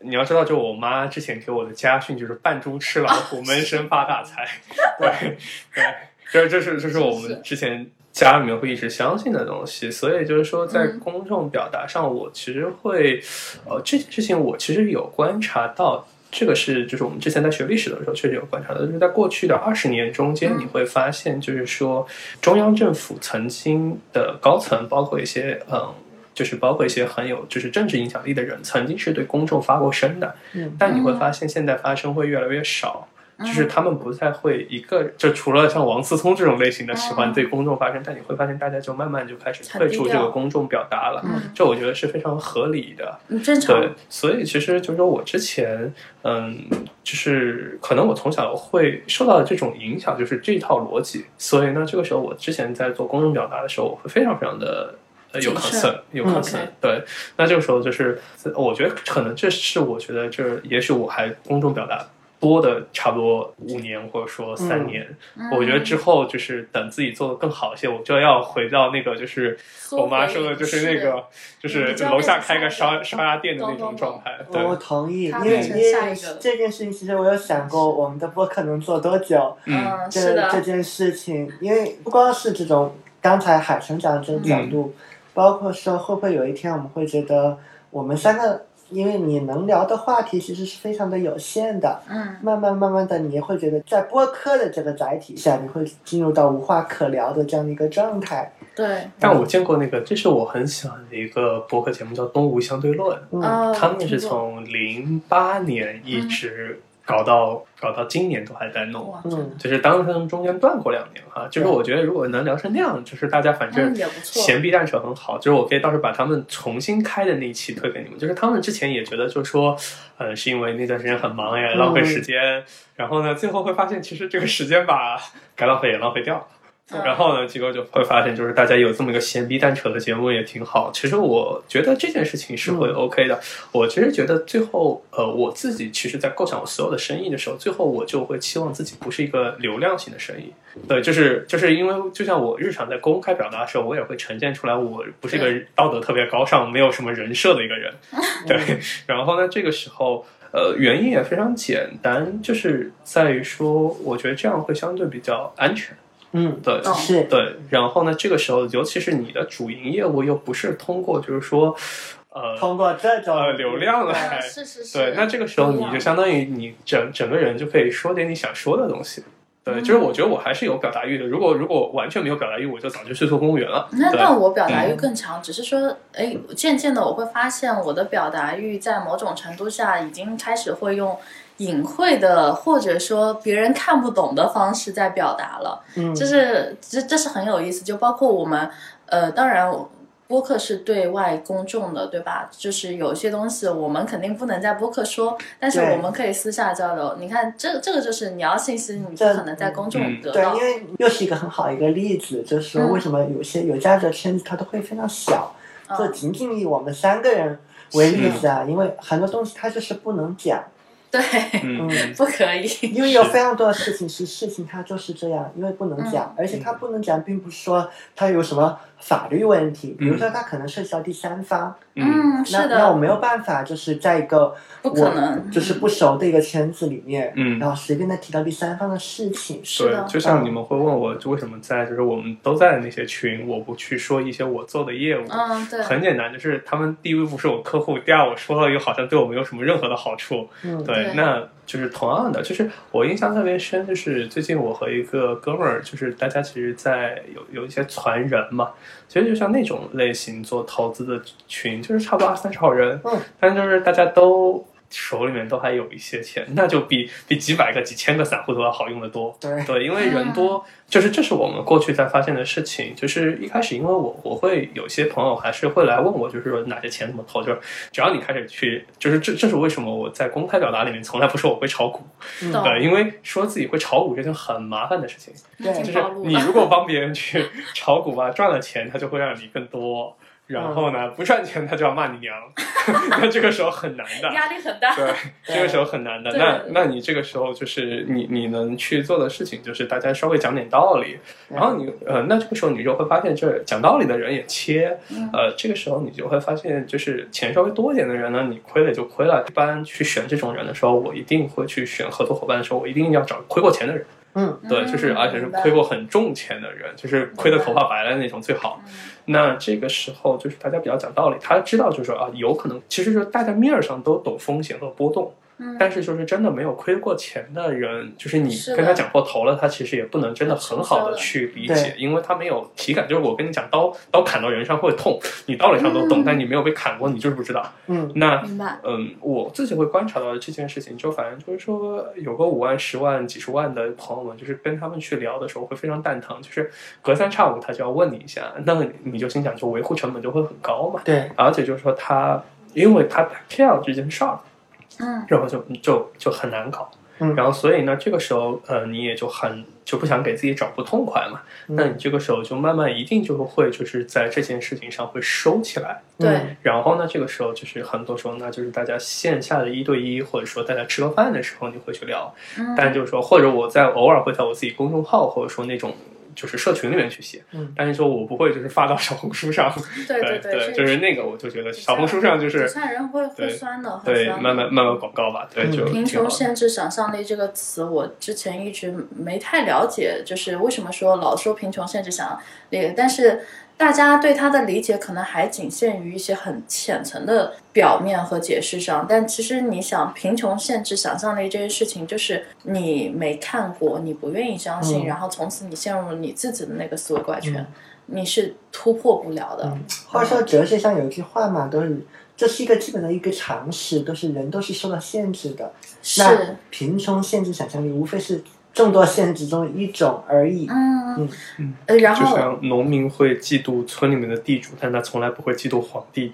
你要知道，就我妈之前给我的家训就是“扮猪吃老 虎，闷声发大财”， 对对，这这是这是我们之前家里面会一直相信的东西，所以就是说在
嗯
公众表达上，我其实会，呃，这件事情我其实有观察到。这个是，就是我们之前在学历史的时候确实有观察到，就是在过去的二十年中间，
嗯
你会发现，就是说中央政府曾经的高层，包括一些嗯，就是包括一些很有就是政治影响力的人，曾经是对公众发过声的，
嗯，
但你会发现现在发声会越来越少，
嗯
就是他们不再会一个，就除了像王思聪这种类型的
嗯
喜欢对公众发声，但你会发现大家就慢慢就开始退
很
出
低
这
调
个公众表达了，
嗯
这我觉得是非常合理的。
嗯，正常，
对，所以其实就是说我之前，嗯，就是可能我从小会受到的这种影响，就是这套逻辑。所以呢，这个时候我之前在做公众表达的时候，我会非常非常的。呃有
谨
concern，有
嗯
concern，、对，那这个时候就是，我觉得可能这是我觉得这也许我还公众表达多的差不多五年或者说三
嗯
年，
嗯
我觉得之后就是等自己做的更好一些，我就要回到那个就是
缩
我妈
回
说的，就是
是
那个就是
你就要
楼下
变成
开个
下一
烧
个
烧鸭店的那
懂
种
懂
状态。对，
哦
我同意，
他
因为
变成
因
下
为
一个
这件事情，其实我有想过，我们的播客能做多久？
嗯
嗯，是
这这
的，
件事情，因为不光是这种刚才海城讲的这种角度，
嗯
包括说会不会有一天我们会觉得我们三个，因为你能聊的话题其实是非常的有限的，
嗯
慢慢慢慢的你也会觉得在播客的这个载体下，你会进入到无话可聊的这样的一个状态。
对，
但我见过那个，这是我很喜欢的一个播客节目，叫《东吴相对论》，
嗯，
哦，
他们
听
是
过嗯
从零八年一直搞到搞到今年都还在弄。
哇，
嗯
真的
就是当然他们中间断过两年哈、就是
对
我觉得如果能聊成那样，就是大家反正
嗯也不错
闲避淡扯很好，就是我可以到时候把他们重新开的那一期推给你们。就是他们之前也觉得就是说，呃，是因为那段时间很忙呀，
嗯
浪费时间，然后呢，最后会发现其实这个时间吧，该浪费也浪费掉了。
嗯
然后呢，结果就会发现，就是大家有这么一个闲逼蛋扯的节目也挺好。其实我觉得这件事情是会
嗯
OK 的。我其实觉得最后，呃，我自己其实，在构想我所有的生意的时候，最后我就会期望自己不是一个流量型的生意。对，就是就是因为就像我日常在公开表达的时候，我也会呈现出来，我不是一个道德特别高尚、没有什么人设的一个人。对，然后呢，这个时候。呃，原因也非常简单，就是在于说，我觉得这样会相对比较安全。
嗯，
对，
懂
是，
对，然后呢，这个时候，尤其是你的主营业务又不是通过就是说，呃，
通过这种、
呃流量了
嗯
哎
是是是，
对，那这个时候
不一
你
样
就相当于你整整个人就可以说点你想说的东西。对，就是我觉得我还是有表达欲的。如果如果完全没有表达欲，我就早就去做公务员了。
那
对嗯
但我表达欲更强，只是说，哎，渐渐的我会发现我的表达欲在某种程度下已经开始会用隐晦的，或者说别人看不懂的方式在表达了。
嗯，
就是这这是很有意思，就包括我们呃，当然播客是对外公众的，对吧？就是有些东西我们肯定不能在播客说，但是
对
我们可以私下交流。你看，这这个就是你要信息，你不
这
可能在公众
嗯
得
对
到，
因。为又是一个很好的一个例子，就是说
嗯
为什么有些有价值的圈子它都会非常小，就
嗯，
仅仅以我们三个人为例子啊，因为很多东西它就是不 能讲，
对，
嗯，
嗯
不可以。
因为有非常多的事情是事情它就是这样，因为不能讲
嗯，
而且它不能讲，并不是说它有什么法律问题，比如说它可能涉及到第三方，
嗯，
嗯，
那
是
那我
的，
没有办法，就是在一个
不可能，
就是不熟的一个圈子里面，
嗯
然后随便的提到第三方的事情，
是
对
的，，
就像你们会问我，就为什么在就是我们都在的那些群，我不去说一些我做的业务。
嗯，对，
很简单，就是他们第一不是我客户，第二我说了又好像对我没有什么任何的好处。
嗯，
对
对，那就是同样的，就是我印象特别深，就是最近我和一个哥们儿，就是大家其实在有有一些传人嘛，其实就像那种类型做投资的群，就是差不多二三十号人，
嗯，
但就是大家都手里面都还有一些钱，那就比比几百个、几千个散户都要好用的多。
对，
对，因为
啊
人多，就是这是我们过去在发现的事情。就是一开始，因为我我会有些朋友还是会来问我，就是说哪些钱怎么投，就是只要你开始去，就是这这是为什么我在公开表达里面从来不说我会炒股，
嗯
懂
对，因为说自己会炒股这件很麻烦的事情。
那
对
挺
就
暴
是
露
你
的
如果帮别人去炒股吧，赚了钱他就会让你更多。
嗯
然后呢，不赚钱他就要骂你娘， 那这个时候很难 的。
压力很大。
对，这个时候很难的。
对
那那你这个时候就是你你能去做的事情，就是大家稍微讲点道理，然后你呃，那这个时候你就会发现，这讲道理的人也切，
嗯
呃，这个时候你就会发现，就是钱稍微多一点的人呢，你亏了也就亏了。一般去选这种人的时候，我一定会去选合作伙伴的时候，我一定要找亏过钱的人，
嗯，
对，就是而且是亏过很重钱的人，就是亏得头发白了那种最好。那这个时候就是大家比较讲道理，他知道就是说啊，有可能其实就是大家面儿上都懂风险和波动，
嗯，
但是就是真的没有亏过钱的人，就是你
是的
跟他讲破头了，他其实也不能真的很好的去理解
对，
因为他没有体感。就是我跟你讲，刀刀砍到人上会痛，你道理上都懂，
嗯
但你没有被砍过，你就是不知道。
嗯
那
明白。
嗯，我自己会观察到这件事情，就反正就是说，有个五万、十万、几十万的朋友们，就是跟他们去聊的时候会非常蛋疼，就是隔三差五他就要问你一下，那你就心想，就维护成本就会很高嘛。
对，
而且就是说他，因为他 care 这件事儿，
嗯
然后就就就很难搞。
嗯
然后所以呢，这个时候呃，你也就很就不想给自己找不痛快嘛。那你
嗯
这个时候就慢慢一定就会就是在这件事情上会收起来。
对，
然后呢，这个时候就是很多时候，那就是大家线下的一对一，或者说大家吃个饭的时候，你会去聊。
嗯，
但就是说，或者我在偶尔会在我自己公众号，或者说那种就是社群里面去写。
嗯
但是说我不会就是发到小红书上。
对对
对，
这
就是
个
那个，我就觉得
比
小红
较
书上就
只
是
算人会会
对
酸的，会
对
酸的
慢慢慢慢广告吧，对，
嗯
就
贫
挺
穷
好的。
限制想象力这个词，我之前一直没太了解，就是为什么说老说贫穷限制想象力，但是大家对它的理解可能还仅限于一些很浅层的表面和解释上。但其实你想，贫穷限制想象力这件事情，就是你没看过，你不愿意相信，
嗯
然后从此你陷入你自己的那个思维怪圈，
嗯
你是突破不了的。
嗯，话说哲学上有一句话嘛，都是这是一个基本的一个常识，都是人都是受到限制的。
是嗯
那。贫穷限制想象力，无非是众多限制中的一种而已。
嗯
嗯
嗯，
呃然
就
后
像农民会嫉妒村里面的地主，但他从来不会嫉妒皇 帝，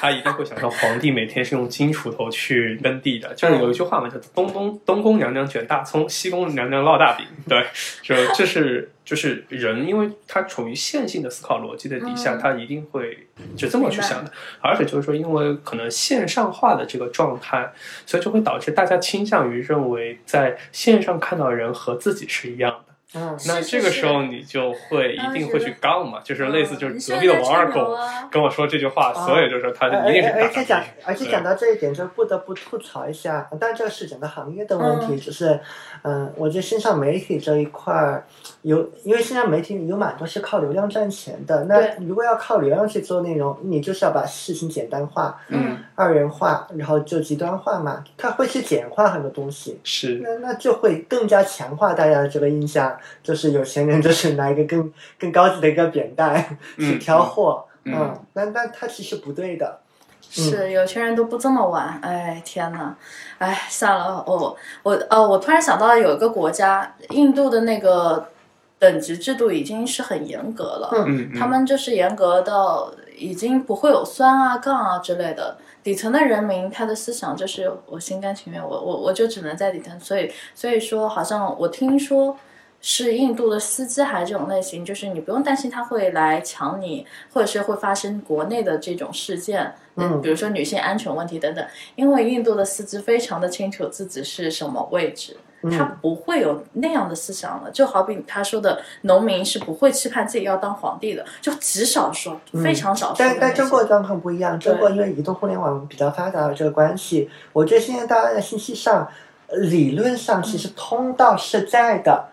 他一定会想到皇帝每天是用金锄头去耕地的。就是
嗯
有一句话嘛，叫做“东东东宫娘娘卷大葱，西宫娘娘烙大饼”。对，就这是就是人，因为他处于线性的思考逻辑的底下，
嗯
他一定会就这么去想的。而且就是说，因为可能线上化的这个状态，所以就会导致大家倾向于认为在线上看到的人和自己是一样的。
嗯，
那
是
这个
是
时候你就会
啊
一定
是
会
的
去杠嘛，就是类似
嗯
就是
你
隔
现
壁的
在
王二
吹牛
狗
啊
跟我说这句话，
哦
所以就说他一啊定是大
而而且
傻
呃讲
逼。，
而且
对
讲到这一点，就不得不吐槽一下。当然，这个是整个行业的问题，
嗯
只是，嗯、我觉得线上媒体这一块儿，有，因为线上媒体有蛮多是靠流量赚钱的。那
对
如果要靠流量去做内容，你就是要把事情简单化、
嗯
嗯，
二元化，然后就极端化嘛。它会去简化很多东西，
是，
那那就会更加强化大家的这个印象，就是有钱人就是拿一个更更高级的一个扁担 去
嗯
挑货。
嗯
嗯，那那它其实不对的。
是有钱人都不这么玩，哎天呐，哎算了，我我哦，我突然想到有一个国家，印度的那个等级制度已经是很严格了，
嗯
嗯，嗯
他们就是严格到已经不会有酸啊、杠啊之类的。底层的人民，他的思想就是我心甘情愿，我我我就只能在底层，所以所以说，好像我听说是印度的司机还这种类型，就是你不用担心他会来抢你，或者是会发生国内的这种事件，
嗯
比如说女性安全问题等等，因为印度的司机非常的清楚自己是什么位置，他
嗯
不会有那样的思想了。就好比他说的，农民是不会期盼自己要当皇帝的，就极少数，
嗯
非常少数的那
但
些。
但中国的状况不一样，中国
对
因为移动互联网比较发达的这个关系，我觉得现在大家的信息上，呃理论上其实通道是在的，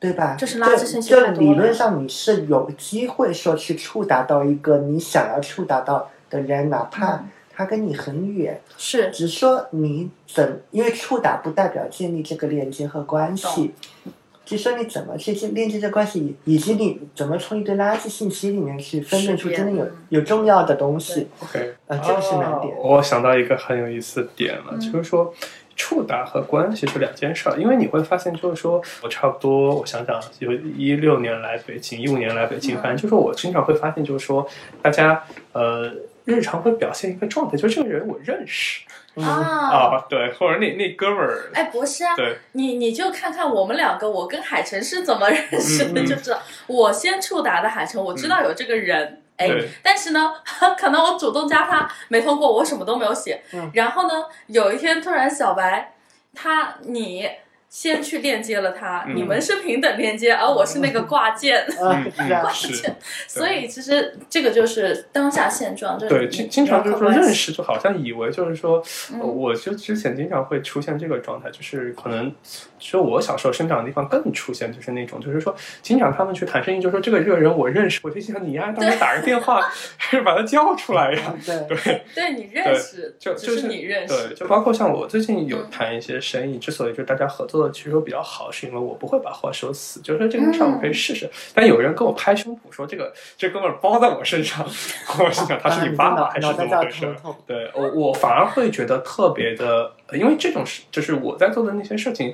对吧？
嗯就是垃圾信息
就
太多了
理论上你是有机会说去触达到一个你想要触达到的人，哪怕
嗯
他跟你很远，
是
只是说你怎，因为触达不代表建立这个链接和关
懂
系。只是说你怎么去建链接这关系，以及你怎么从一堆垃圾信息里面去分辨出
识别
真的有
嗯
有重要的东西，
OK，
呃，这个是难点
哦。我想到一个很有意思的点了，
嗯
就是说。触达和关系是两件事儿，因为你会发现，就是说我差不多，我想想，有一六年来北京，一五年来北京，
嗯
反正就是我经常会发现，就是说大家呃日常会表现一个状态，就是这个人我认识
嗯，
啊。
啊，对，或者那那哥们儿，
哎，博士啊，
对，
你你就看看我们两个，我跟海城是怎么认识的，
嗯嗯嗯
就知道我先触达的海城，我知道有这个人， A，
对
但是呢， 可能我主动加他没通过，我什么都没有写。
嗯
然后呢，有一天突然小白他你先去链接了他，
嗯
你们是平等链接，而我是那个挂件，
啊，
嗯
是啊，
是，
所以其实这个就是当下现状。就是
对，经经常就是说
人口关
认
系
识，就好像以为就是说，
嗯
呃我就之前经常会出现这个状态，就是可能说我小时候生长的地方更出现就是那种，就是说经常他们去谈生意，就说这个这个人我认识，我就想你啊呀、当时打个电话 还是把他叫出来呀、
嗯对，
对
对你认识，
就
只
就是
是你认识，
对，就包括像我最近有
嗯
谈一些生意，之所以就大家合作的其实都比较好，是因为我不会把话说死，就是说这个事儿我可
嗯
以试试。但有人跟我拍胸脯说这个这哥们儿包在我身上， 我心想他
嗯
是你爸爸还是
嗯脑
怎
袋
么
叫
回事
头？痛。
对我，我反而会觉得特别的，呃因为这种事就是我在做的那些事情，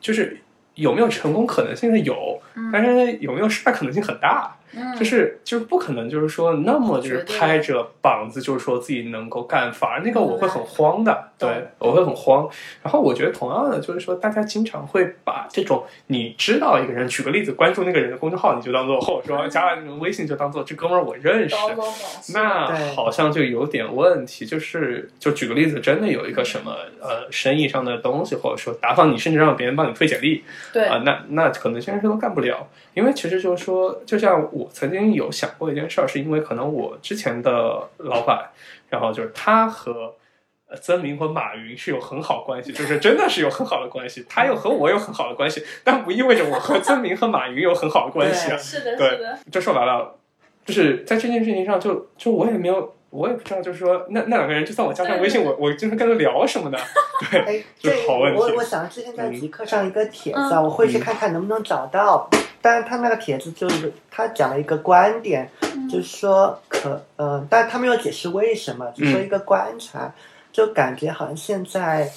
就是有没有成功可能性是有，但是有没有失败可能性很大，
嗯
就是就是不可能就是说那么就是
绝对
拍着膀子就是说自己能够干，反而那个我会很慌的，
对
对我会很慌。然后我觉得同样的就是说，大家经常会把这种你知道一个人，举个例子，关注那个人的公众号，你就当做或者说加了那个微信就当做这哥们儿我认识，
高某某是
那
对
好像就有点问题，就是就举个例子，真的有一个什么呃生意上的东西，或者说打访你，甚至让别人帮你推简历
对
啊、那那可能这件事都干不了，因为其实就是说，就像我曾经有想过一件事儿，是因为可能我之前的老板，然后就是他和。呃曾明和马云是有很好关系，就是真的是有很好的关系，他又和我有很好的关系，但不意味着我和曾明和马云有很好的 关系啊。
是的，
对
是的，
就说白了，就是在这件事情上就，就我也没有，我也不知道，就是说那那两个人，就算我加上微信，我我经常跟他聊什么的，
哎，
这
这
是好问题嗯
我我想之前在极客上一个帖子，啊，
嗯
我会去看看能不能找到。但是他那个帖子就是他讲了一个观点，
嗯
就是说可呃，但他没有解释为什
嗯
么，就说一呃个观察，就感觉好像现在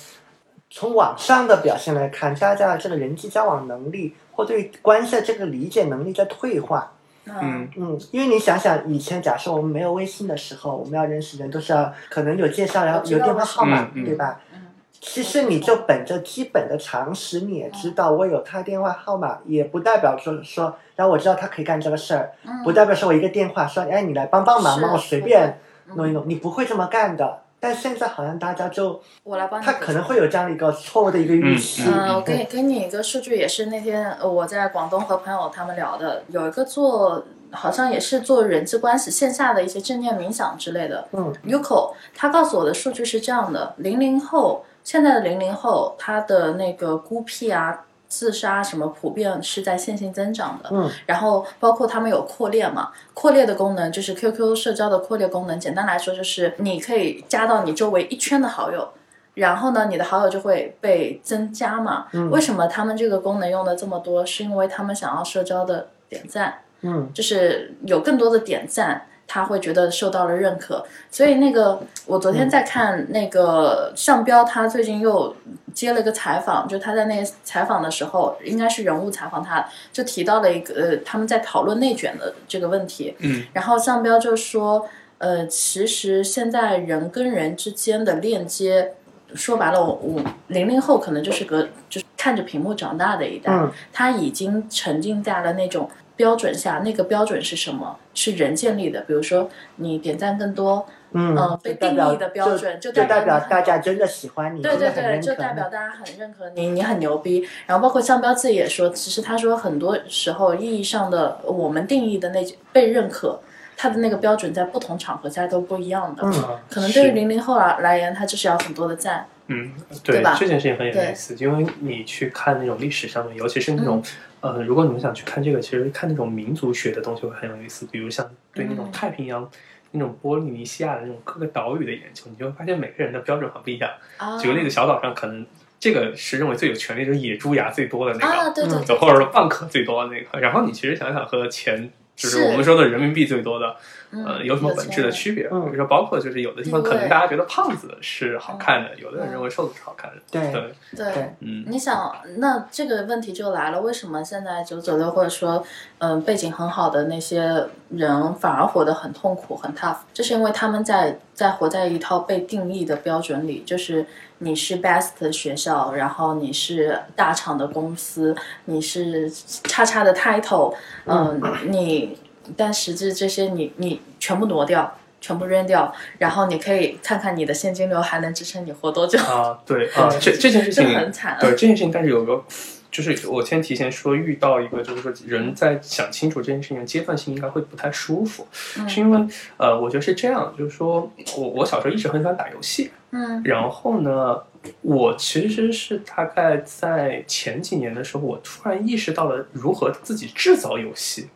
从网上的表现来看，大家的这个人际交往能力或对关系的这个理解能力在退化。
嗯，
嗯，因为你想想，以前假设我们没有微信的时候，我们要认识人都是要可能有介绍，然后有电话号码，
嗯嗯
对吧？
嗯
其实你就本着基本的常识，你也知道我有他电话号码，也不代表说说，然后我知道他可以干这个事儿，
嗯
不代表说我一个电话说，哎，你来帮帮忙嘛，
是
我随便
嗯
弄一弄，你不会这么干的。但现在好像大家就
我来帮你
他可能会有这样一个错误的一个预期，
嗯
嗯，我给你给你一个数据，也是那天呃我在广东和朋友他们聊的，有一个做好像也是做人际关系线下的一些正念冥想之类的。
嗯
，Yuko 他告诉我的数据是这样的：零零后，现在的零零后，他的那个孤僻啊、自杀什么，普遍是在线性增长的。
嗯
然后包括他们有扩列嘛，扩列的功能就是 QQ 社交的扩列功能，简单来说就是你可以加到你周围一圈的好友。然后呢，你的好友就会被增加嘛？
嗯
为什么他们这个功能用的这么多？是因为他们想要社交的点赞，
嗯，
就是有更多的点赞，他会觉得受到了认可。所以那个我昨天在看那个向彪，他最近又接了一个采访，就他在那个采访的时候，应该是人物采访他，就提到了一个呃，他们在讨论内卷的这个问题。
嗯，
然后向彪就说，呃，其实现在人跟人之间的链接。说白了，我我零零后可能就是个就是看着屏幕长大的一代，
嗯
他已经沉浸在了那种标准下，那个标准是什么？是人建立的，比如说你点赞更多，
嗯
呃被定义的标准
就
就代表
代表
你很
大家真的喜欢你，
对
真
对
的很
对，
认
就
可
代
你
表大家很认可你，你很牛逼。然后包括向彪自己也说，其实他说很多时候意义上的我们定义的那被认可，他的那个标准在不同场合下都不一样的。
嗯
啊
可能对于
是
零零后来来言，他就是要很多的赞，
嗯，对
对嗯吧
这件事情很有意思，因为你去看那种历史上面，尤其是那种、呃，如果你们想去看这个，其实看那种民族学的东西会很有意思，比如像对那种
嗯
太平洋。那种波利尼西亚的那种各个岛屿的研究，你就会发现每个人的标准很不一样。
啊
举个例子，小岛上可能这个是认为最有权利，就是野猪牙最多的那个。
啊，对对
对，
对，
或者说蚌壳最多的那个。然后你其实想想和钱，就是
是
我们说的人民币最多的，
嗯
呃，有什么本质的区别？
嗯
比如说，包括就是有的地方可
地
能
位
大家觉得胖子是好看的，有的
嗯
人认为瘦子是好看的。
对
对，
对
对。
嗯
你想，那这个问题就来了，为什么现在九九六或者说，嗯、背景很好的那些人反而活得很痛苦、很 tough？就是因为他们在在活在一套被定义的标准里，就是你是 best 的学校，然后你是大呃厂的公司，你是叉叉的 title，嗯、你但实际这些你你全部挪掉，全部扔掉，然后你可以看看你的现金流还能支撑你活多久，
啊，对啊，这这件事
就
情
很惨啊
对
了。
这件事情，但是有个，就是我先提前说，遇到一个就是说
嗯
人在想清楚这件事情的阶段性应该会不太舒服，
嗯
是因为呃，我觉得是这样，就是说我我小时候一直很喜欢打游戏，
嗯
然后呢，我其实是大概在前几年的时候，我突然意识到了如何自己制造游戏，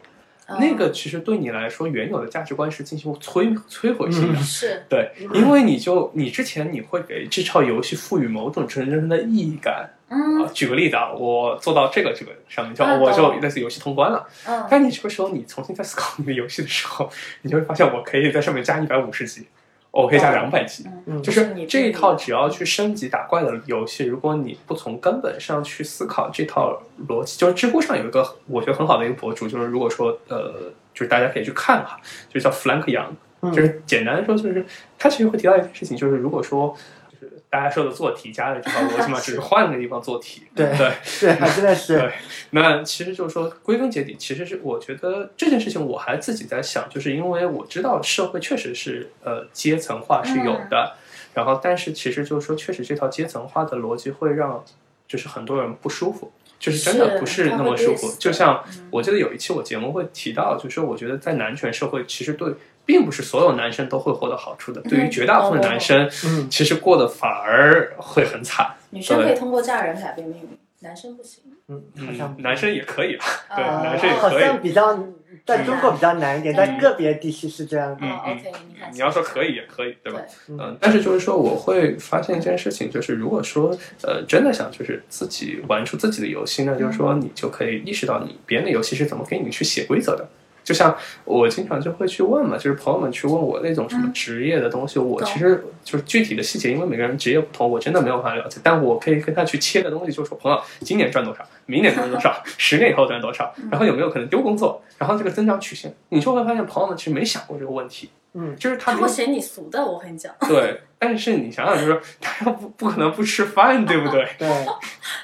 嗯，嗯
那个其实对你来说原有的价值观是进行摧摧毁性的。
呃是
对，因为你就你之前你会给这套游戏赋予某种纯真的意义感，
嗯
啊，举个例子啊，我做到这个这个上面就
啊
我就
懂
类似游戏通关了。
嗯，
但你这个时候你重新在思考你的游戏的时候，你就会发现我可以在上面加一百五十级，我可以加两百级。
嗯
就
就
是
是
你
这一
自己
套只要去升级打怪的游戏，如果你不从根本上去思考这套逻辑，就是知乎上有一个我觉得很好的一个博主，就是如果说呃，就是大家可以去看哈，就叫弗兰克杨，
嗯
就是简单的说，就是他其实会提到一件事情，就是如果说就是大家说的做题加的这套逻辑嘛，只是换了个地方做题，
对
对，
是，还真的是
对，那其实就是说，归根结底，其实是我觉得这件事情，我还自己在想，就是因为我知道社会确实是呃阶层化是有
嗯
的，然后但是其实就是说，确实这套阶层化的逻辑会让就是很多人不舒服，就是真的
是
不是
它
那
会
么舒
累
服
死。
就
的
像
嗯
我记得有一期我节目会提到，就是说我觉得在男权社会，其实对并不是所有男生都会获得好处的，对于
嗯哦
绝大部分
懂
男生，
嗯，
其实过得反而会很惨。
女生
对
可以通过嫁人改变命运，男生不行。
嗯，好
嗯
像，
男生也可以啊，对
啊
男生也
好
可以
像比较在中国比较难一点，
嗯
在个别地区是这样的。
嗯
哦
嗯
，OK，你看，
你要说可以也可以，对吧？嗯
嗯，
但是就是说，我会发现一件事情，就是如果说呃真的想就是自己玩出自己的游戏，那就是
嗯
说你就可以意识到你别人的游戏是怎么给你去写规则的。就像我经常就会去问嘛，就是朋友们去问我那种什么职业的东西，我
嗯懂
其实就是具体的细节，因为每个人职业不同，我真的没有办法了解。但我可以跟他去切个东西，就说朋友今年赚多少，明年赚多 少，十年以后赚多少，
嗯
然后有没有可能丢工作，然后这个增长曲线，你就会发现朋友们其实没想过这个问题，
嗯，
就是他
他
没
会
有
嫌你俗的，我跟你讲，
对，但是你想想，就是大家不不可能不吃饭，对不对？
对，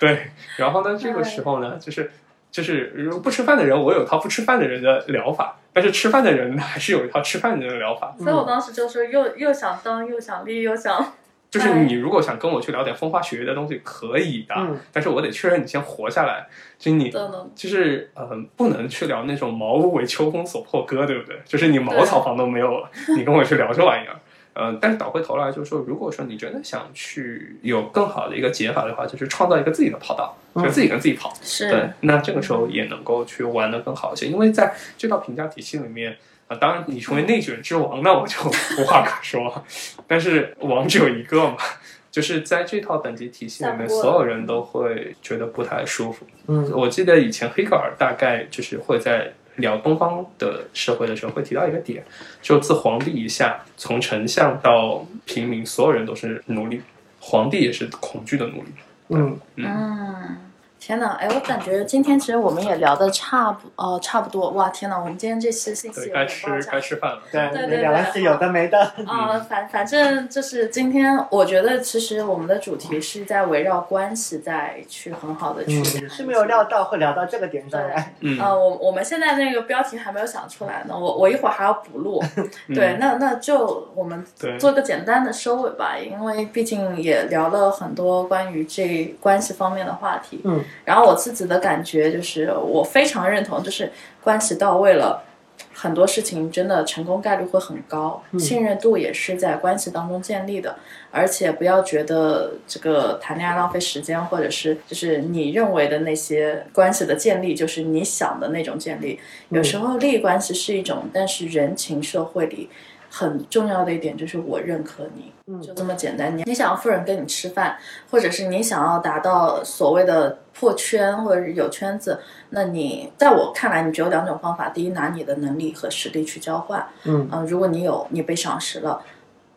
对。然后呢，这个时候呢，就是就是如果不吃饭的人，我有一套不吃饭的人的疗法；但是吃饭的人呢，还是有一套吃饭的人的疗法。
嗯
所以我当时就是又又想当又想立又想，
就是
哎
你如果想跟我去聊点风花雪月的东西，可以的，
嗯
但是我得确认你先活下来。就是你
等等，
就是嗯、呃不能去聊那种茅屋为秋风所破歌，对不对？就是你茅草房都没有了，你跟我去聊这玩意儿。嗯、但是倒回头来就是说，如果说你真的想去有更好的一个解法的话，就是创造一个自己的跑道，
嗯
就是自己跟自己跑。对
是，，
那这个时候也能够去玩的更好一些，因为在这套评价体系里面。啊，当然，你成为内卷之王，那我就 无话可说。但是王只有一个嘛，就是在这套等级体系里
散
面，
播
所有人都会觉得不太舒服。
嗯
我记得以前黑格尔大概就是会在聊东方的社会的时候，会提到一个点，就自皇帝以下，从丞相到平民，所有人都是奴隶，皇帝也是恐惧的奴隶。
嗯
嗯。天呐，哎，我感觉今天其实我们也聊的差不呃差不多，哇，天呐，我们今天这期信息
对，
有
该
点
吃
爆炸
该吃饭了。
对，
对
你
对
聊的是有的没的，
啊、反反正就是今天，我觉得其实我们的主题是在围绕关系在去很好的去、
嗯，是没有料到会聊到这个点上
对，
来。
嗯
呃，我我们现在那个标题还没有想出来呢，我我一会儿还要补录。对，那那就我们
对
做个简单的收尾吧，因为毕竟也聊了很多关于这关系方面的话题。
嗯，
然后我自己的感觉就是，我非常认同，就是关系到位了。很多事情真的成功概率会很高，信任度也是在关系当中建立的。而且不要觉得这个谈恋爱浪费时间，或者是就是你认为的那些关系的建立，就是你想的那种建立。
嗯
有时候利益关系是一种，但是人情社会里很重要的一点就是我认可你，
嗯
就这么简单。你你想要富人跟你吃饭，或者是你想要达到所谓的破圈或者是有圈子，那你在我看来，你只有两种方法：第一，拿你的能力和实力去交换，
嗯
嗯、如果你有，你被赏识了；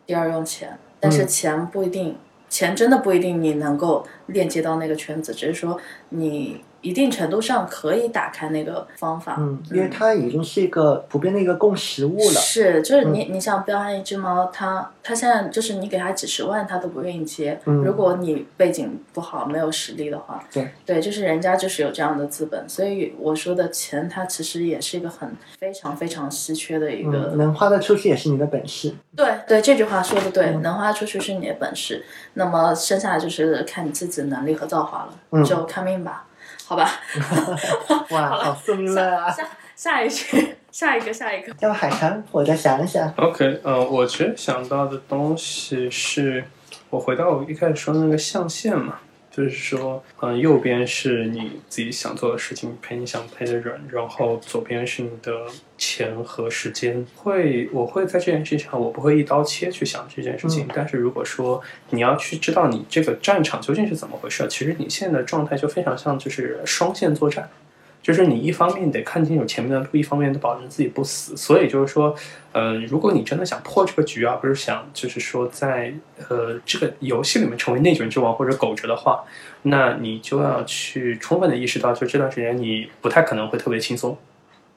第二，用钱，但是
嗯
钱不一定，钱真的不一定你能够链接到那个圈子，只是说你
一定程度上可以打开那个方法。
嗯，因为它已经是一个普遍的一个共识物了。
是，就是
嗯
你，你想彪悍一只猫，它它现在就是你给它几十万，它都不愿意接。
嗯
如果你背景不好，没有实力的话，
对
对，就是人家就是有这样的资本，所以我说的钱，它其实也是一个很非常非常稀缺的一个。
嗯，能花得出去也是你的本事。
对对，这句话说的对，
嗯
能花出去是你的本事，那么剩下就是看你自己的能力和造化了，
嗯
就看命吧，好吧。
哇，
好了
哦好宿命论啊！
下下一句，下一个，下一个。
要不海棠，我再想一想。
OK，呃，我其实想到的东西是，我回到我一开始说的那个象限嘛，就是说，嗯、右边是你自己想做的事情，陪你想陪的人，然后左边是你的钱和时间。会，我会在这件事情上，我不会一刀切去想这件事情，但是如果说你要去知道你这个战场究竟是怎么回事，其实你现在的状态就非常像就是双线作战。就是你一方面得看清楚前面的路，一方面得保证自己不死。所以就是说，呃，如果你真的想破这个局啊，不是想就是说在呃这个游戏里面成为内卷之王或者狗折的话，那你就要去充分的意识到，就这段时间你不太可能会特别轻松。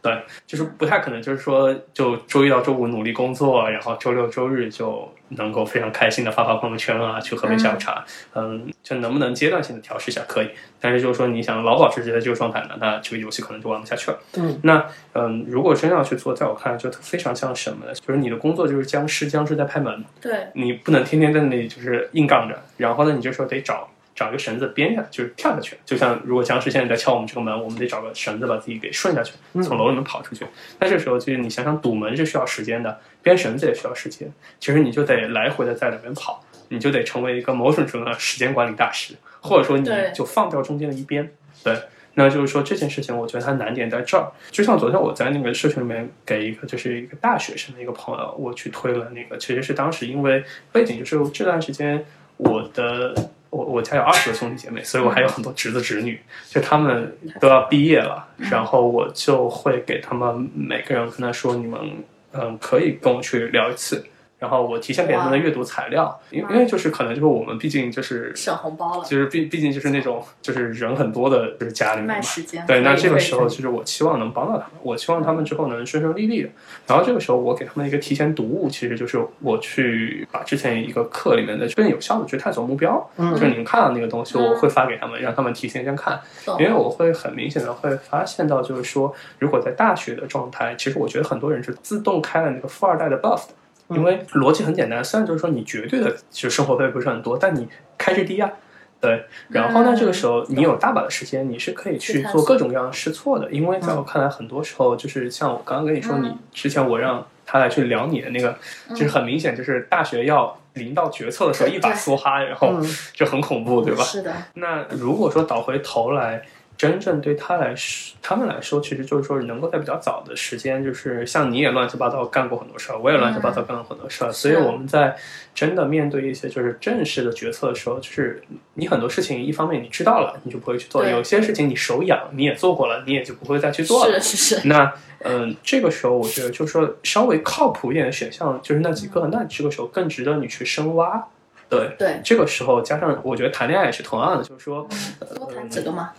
对，就是不太可能，就是说，就周一到周五努力工作，然后周六周日就能够非常开心的发发朋友圈啊，去喝杯下午茶，嗯，这能不能阶段性的调试一下？可以，但是就是说，你想老保持在这个状态呢，那这个游戏可能就玩不下去了。
嗯
那嗯，如果真要去做，在我看来就非常像什么呢？就是你的工作就是僵尸，僵尸在拍门，
对，
你不能天天在那里就是硬杠着，然后呢，你这时候得找找一个绳子编下，就是跳下去。就像如果僵尸现在在敲我们这个门，我们得找个绳子把自己给顺下去，从楼里面跑出去。那这时候就是你想想，堵门是需要时间的，编绳子也需要时间，其实你就得来回的在里面跑，你就得成为一个某种程度的时间管理大师，或者说你
对
就放掉中间的一边，对。那就是说这件事情，我觉得它难点在这儿。就像昨天我在那个社群里面给一个就是一个大学生的一个朋友，我去推了那个，其实是当时因为背景就是这段时间我的我我家有二十个兄弟姐妹，所以我还有很多侄子侄女，就他们都要毕业了，
嗯
然后我就会给他们每个人跟他说，你们嗯可以跟我去聊一次。然后我提前给他们的阅读材料，因为因为就是可能就是我们毕竟就是
省红包了，
就是毕毕竟就是那种就是人很多的就是家里面嘛
卖，时间。
对，那
可以嗯
这个
可以
时候就是我期望能帮到他们，我期望他们之后能顺顺利利的。然后这个时候我给他们一个提前读物，其实就是我去把之前一个课里面的更有效的去探索目标，就
嗯
是你们看到那个东西，我会发给他们，让他们提前先看。
懂
因为我会很明显的会发现到，就是说，如果在大学的状态，其实我觉得很多人是自动开了那个富二代的 buff 的。
嗯
因为逻辑很简单，虽然就是说你绝对的就生活费不是很多，但你开支低啊，对。然后呢，
嗯
这个时候你有大把的时间，你是可以去
去探
做
索
各种各样的试错的。因为在我看来，很多时候就是像我刚刚跟你说，
嗯
你之前我让他来去聊你的那个，就是很明显就是大学要临到决策的时候一把
对
梭哈，然后
嗯
就很恐怖，对吧？
是的，
那如果说倒回头来，真正对他来说，他们来说，其实就是说能够在比较早的时间，就是像你也乱七八糟干过很多事儿，我也乱七八糟干过很多事儿，所以
嗯是
我们在真的面对一些就是正式的决策的时候，就是你很多事情，一方面你知道了，你就不会去做；
对
有些事情你手痒，你也做过了，你也就不会再去做了。
是是是，
那嗯、呃这个时候我觉得就是说稍微靠谱一点的选项就是那几
嗯
个，那这个时候更值得你去深挖。对，
对，
这个时候加上我觉得谈恋爱也是同样的，就是说，
嗯
呃
多谈几个嘛。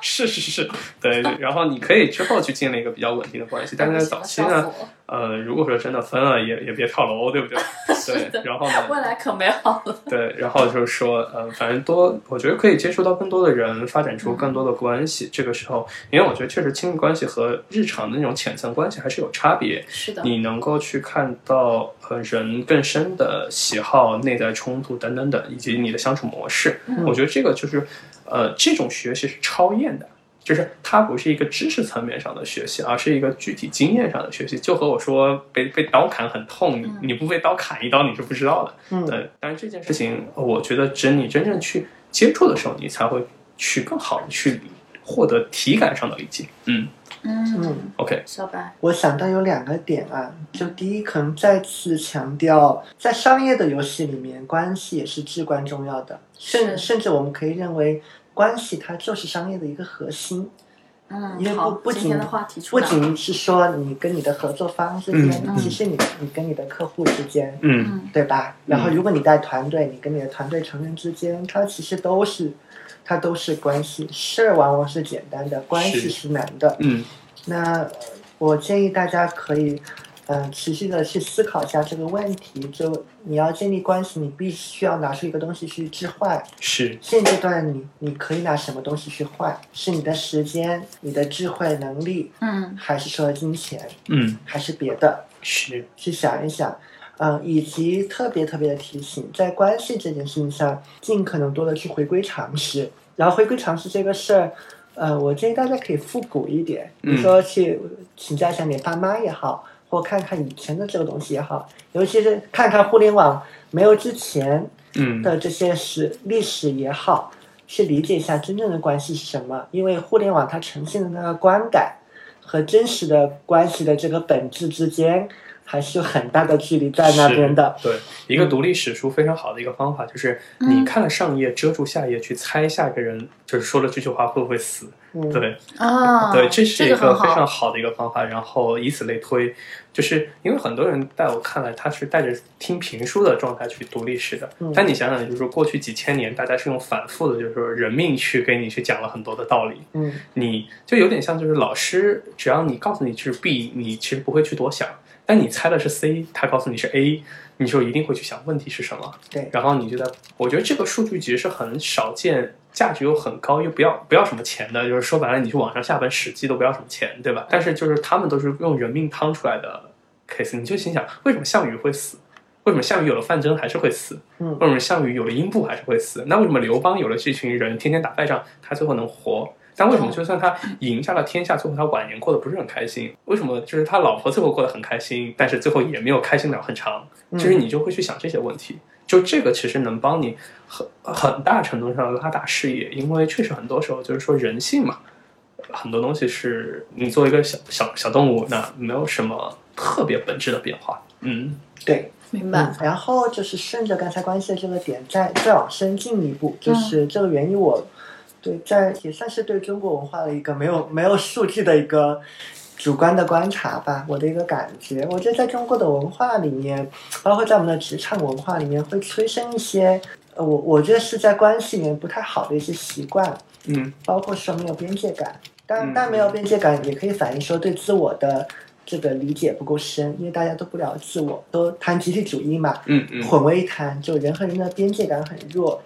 是是是，对。然后你可以之后去建立一个比较稳定的关系，但是在早期呢，
嗯
呃，如果说真的分了，也也别跳楼， 对不对？对。然后呢，
未来可美好了。
对，然后就是说，呃，反正多，我觉得可以接触到更多的人，发展出更多的关系。这个时候，因为我觉得确实亲密关系和日常的那种浅层关系还是有差别。
是的，
你能够去看到呃人更深的喜好、内在冲突等等等，以及你的相处模式。
嗯
我觉得这个就是呃这种学习是超验的。就是它不是一个知识层面上的学习，而是一个具体经验上的学习。就和我说被被刀砍很痛，你
嗯
你不被刀砍一刀你是不知道的。
嗯，
对，但是这件事情，我觉得只有你真正去接触的时候，你才会去更好的去获得体感上的理解。嗯
嗯，
嗯，
，OK，
小白，
我想到有两个点啊，就第一，可能再次强调，在商业的游戏里面，关系也是至关重要的，甚
是
甚至我们可以认为，关系它就是商业的一个核心。
嗯，
因为
好
不不
今
仅
天的话题出
不
来了，
仅是说你跟你的合作方之间，
嗯
其实你你跟你的客户之间，
嗯，
嗯，
对吧？
嗯
然后如果你带团队，你跟你的团队成员之间，它其实都是，它都是关系。事儿往往是简单的，关系
是
是难的。
嗯，
那呃我建议大家可以，嗯、持续的去思考一下这个问题。就你要建立关系，你必须要拿出一个东西去置换。
是，
现阶段你你可以拿什么东西去换？是你的时间、你的智慧能力，
嗯
还是说金钱，
嗯，
还是别的？
是，
去想一想，嗯，以及特别特别的提醒，在关系这件事情上，尽可能多的去回归常识。然后回归常识这个事儿，呃，我建议大家可以复古一点，比
嗯
如说去请教一下你爸妈也好，或看看以前的这个东西也好，尤其是看看互联网没有之前
嗯，
的这些史历史也好，去理解一下真正的关系是什么，因为互联网它呈现的那个观感和真实的关系的这个本质之间，还是有很大的距离在那边的。
对，一个读历史书非常好的一个方法就是，你看了上页遮住下页，去猜下一个人就是说了这句话会不会死。
嗯，
对
啊，
对，这是一
个很
非常
好，
好的一个方法。然后以此类推，就是因为很多人在我看来，他是带着听评书的状态去读历史的
嗯。
但你想想，就是说过去几千年，大家是用反复的，就是说人命去给你去讲了很多的道理。
嗯，
你就有点像就是老师，只要你告诉你是 B，你其实不会去多想。但你猜的是 C，他告诉你是 A，你就一定会去想问题是什么。
对，
然后你就在，我觉得这个数据集是很少见，价值又很高，又不要不要什么钱的，就是说白了，你去网上下本《史记》都不要什么钱，
嗯
对吧？但是就是他们都是用人命趟出来的 case，你就心想，为什么项羽会死？为什么项羽有了范增还是会死？
嗯
为什么项羽有了英布还是会死？那为什么刘邦有了这群人天天打败仗，他最后能活？但为什
嗯
么就算他赢下了天下，最后他晚年过得不是很开心？为什么就是他老婆最后过得很开心，但是最后也没有开心了很长？
嗯
就是你就会去想这些问题。就这个其实能帮你很很大程度上拉大视野，因为确实很多时候就是说人性嘛，很多东西是你作为一个小小小动物，那没有什么特别本质的变化。嗯，
对。
明
嗯
白，，
然后就是顺着刚才关系的这个点，再再往深进一步，就是这个原因我，对在也算是对中国文化的一个没有没有数据的一个主观的观察吧，我的一个感觉，我觉得在中国的文化里面，包括在我们的职场文化里面，会催生一些，呃，我我觉得是在关系里面不太好的一些习惯，
嗯
包括说没有边界感。
嗯
但但没有边界感，也可以反映说对自我的这个理解不够深，因为大家都不聊自我，都谈集体主义嘛，
嗯嗯
混为一谈，就人和人的边界感很弱，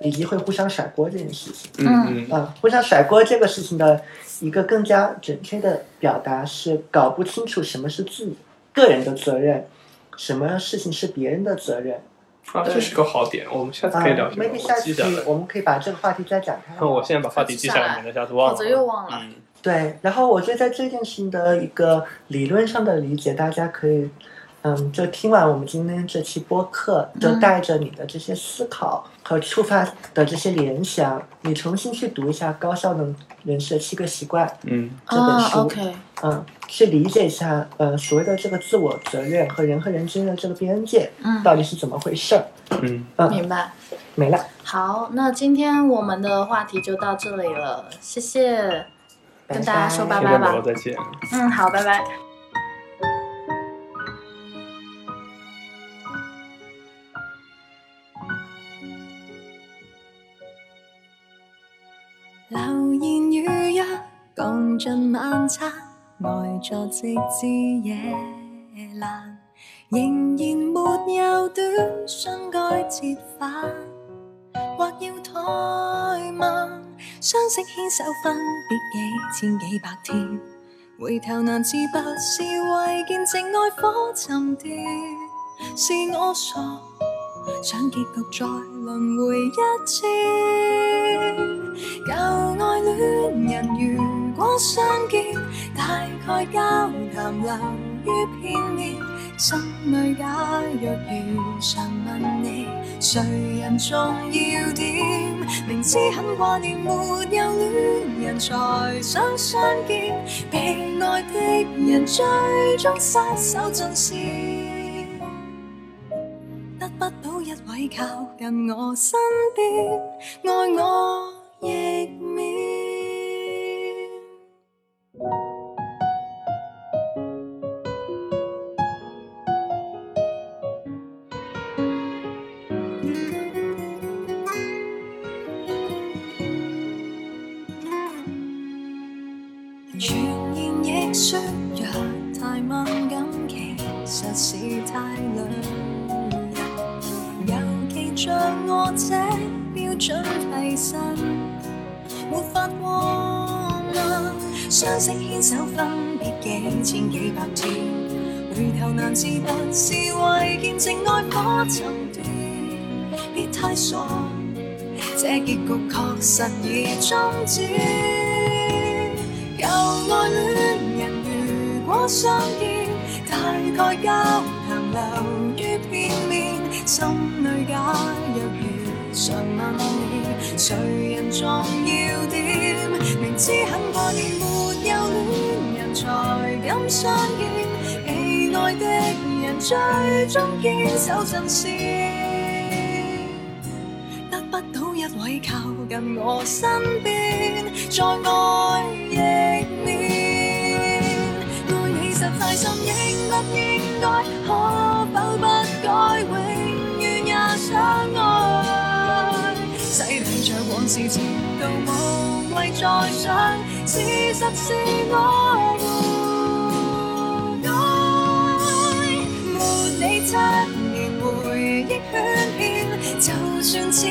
以及会互相甩锅这件事情。
嗯嗯，
啊，互相甩锅这个事情的一个更加准确的表达是搞不清楚什么是自己个人的责任，什么事情是别人的责任。
啊，这是个好点，我们下次
啊
可以聊这个，
，maybe 下
我记
次
下来。
我们可以把这个话题再展开。
那我现在把话题记下来，免得下次忘
否
了。
则又忘了。
嗯
对，然后我觉得在这件事情的一个理论上的理解，大家可以，嗯，就听完我们今天这期播客，就
嗯
带着你的这些思考和触发的这些联想，你重新去读一下《高效能人士的七个习惯》
嗯
这本
啊
书，
，OK，
嗯，去理解一下，呃，所谓的这个自我责任和人和人之间的这个边界
嗯，
到底是怎么回事儿。
嗯，
嗯，
明白。
没了，
好，那今天我们的话题就到这里了，谢谢，跟大家说拜
天
拜
天
吧
聊，再见。
嗯，好，拜拜。
流言與約，共進晚餐，呆坐直至夜闌，仍然沒有短信該折返，或要怠慢，相識牽手分別幾千幾百天，回頭難自拔，是為見證愛火沉澱，是我傻，想結局再輪迴一次。舊愛戀人如果相見，大概交談流於片面。心裏假若如常問你，誰人重要點？明知很掛念，沒有戀人才想相見，被愛的人最終失手盡善。得不到一位靠近我身邊，愛我亦免。傳言亦說，若太敏感，其實是太累人。尤其像我這標準替身，沒法過問。相識牽手分別幾千幾百天，回頭難自拔，是為見證愛火沉澱。別太傻，這結局確實已終止。舊愛戀人如果相見，大概交談流於片面，心裏假若如常問你，誰人重要點？明知很過年沒有戀人才敢相見，被愛的人最終堅守陣線。得不到一位靠近我身邊，再愛亦免。愛你實在心應不應該，可否不改，永遠也相愛。洗去着往事前度，無謂再想，事實是我活該。沒你七年回憶圈遍，就算只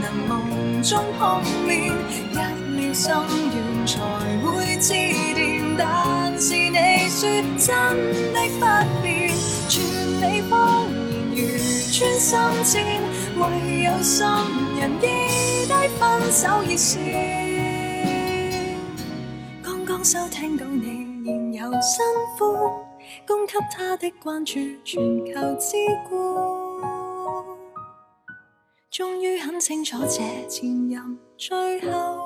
能夢中碰面，一秒心軟才會致電。但是你說真的不變，全你謊言如穿心箭，唯有心人記低分手熱線。剛剛收聽到你現有新歡。供給他的關注，全球之冠。終於很清楚這前任最後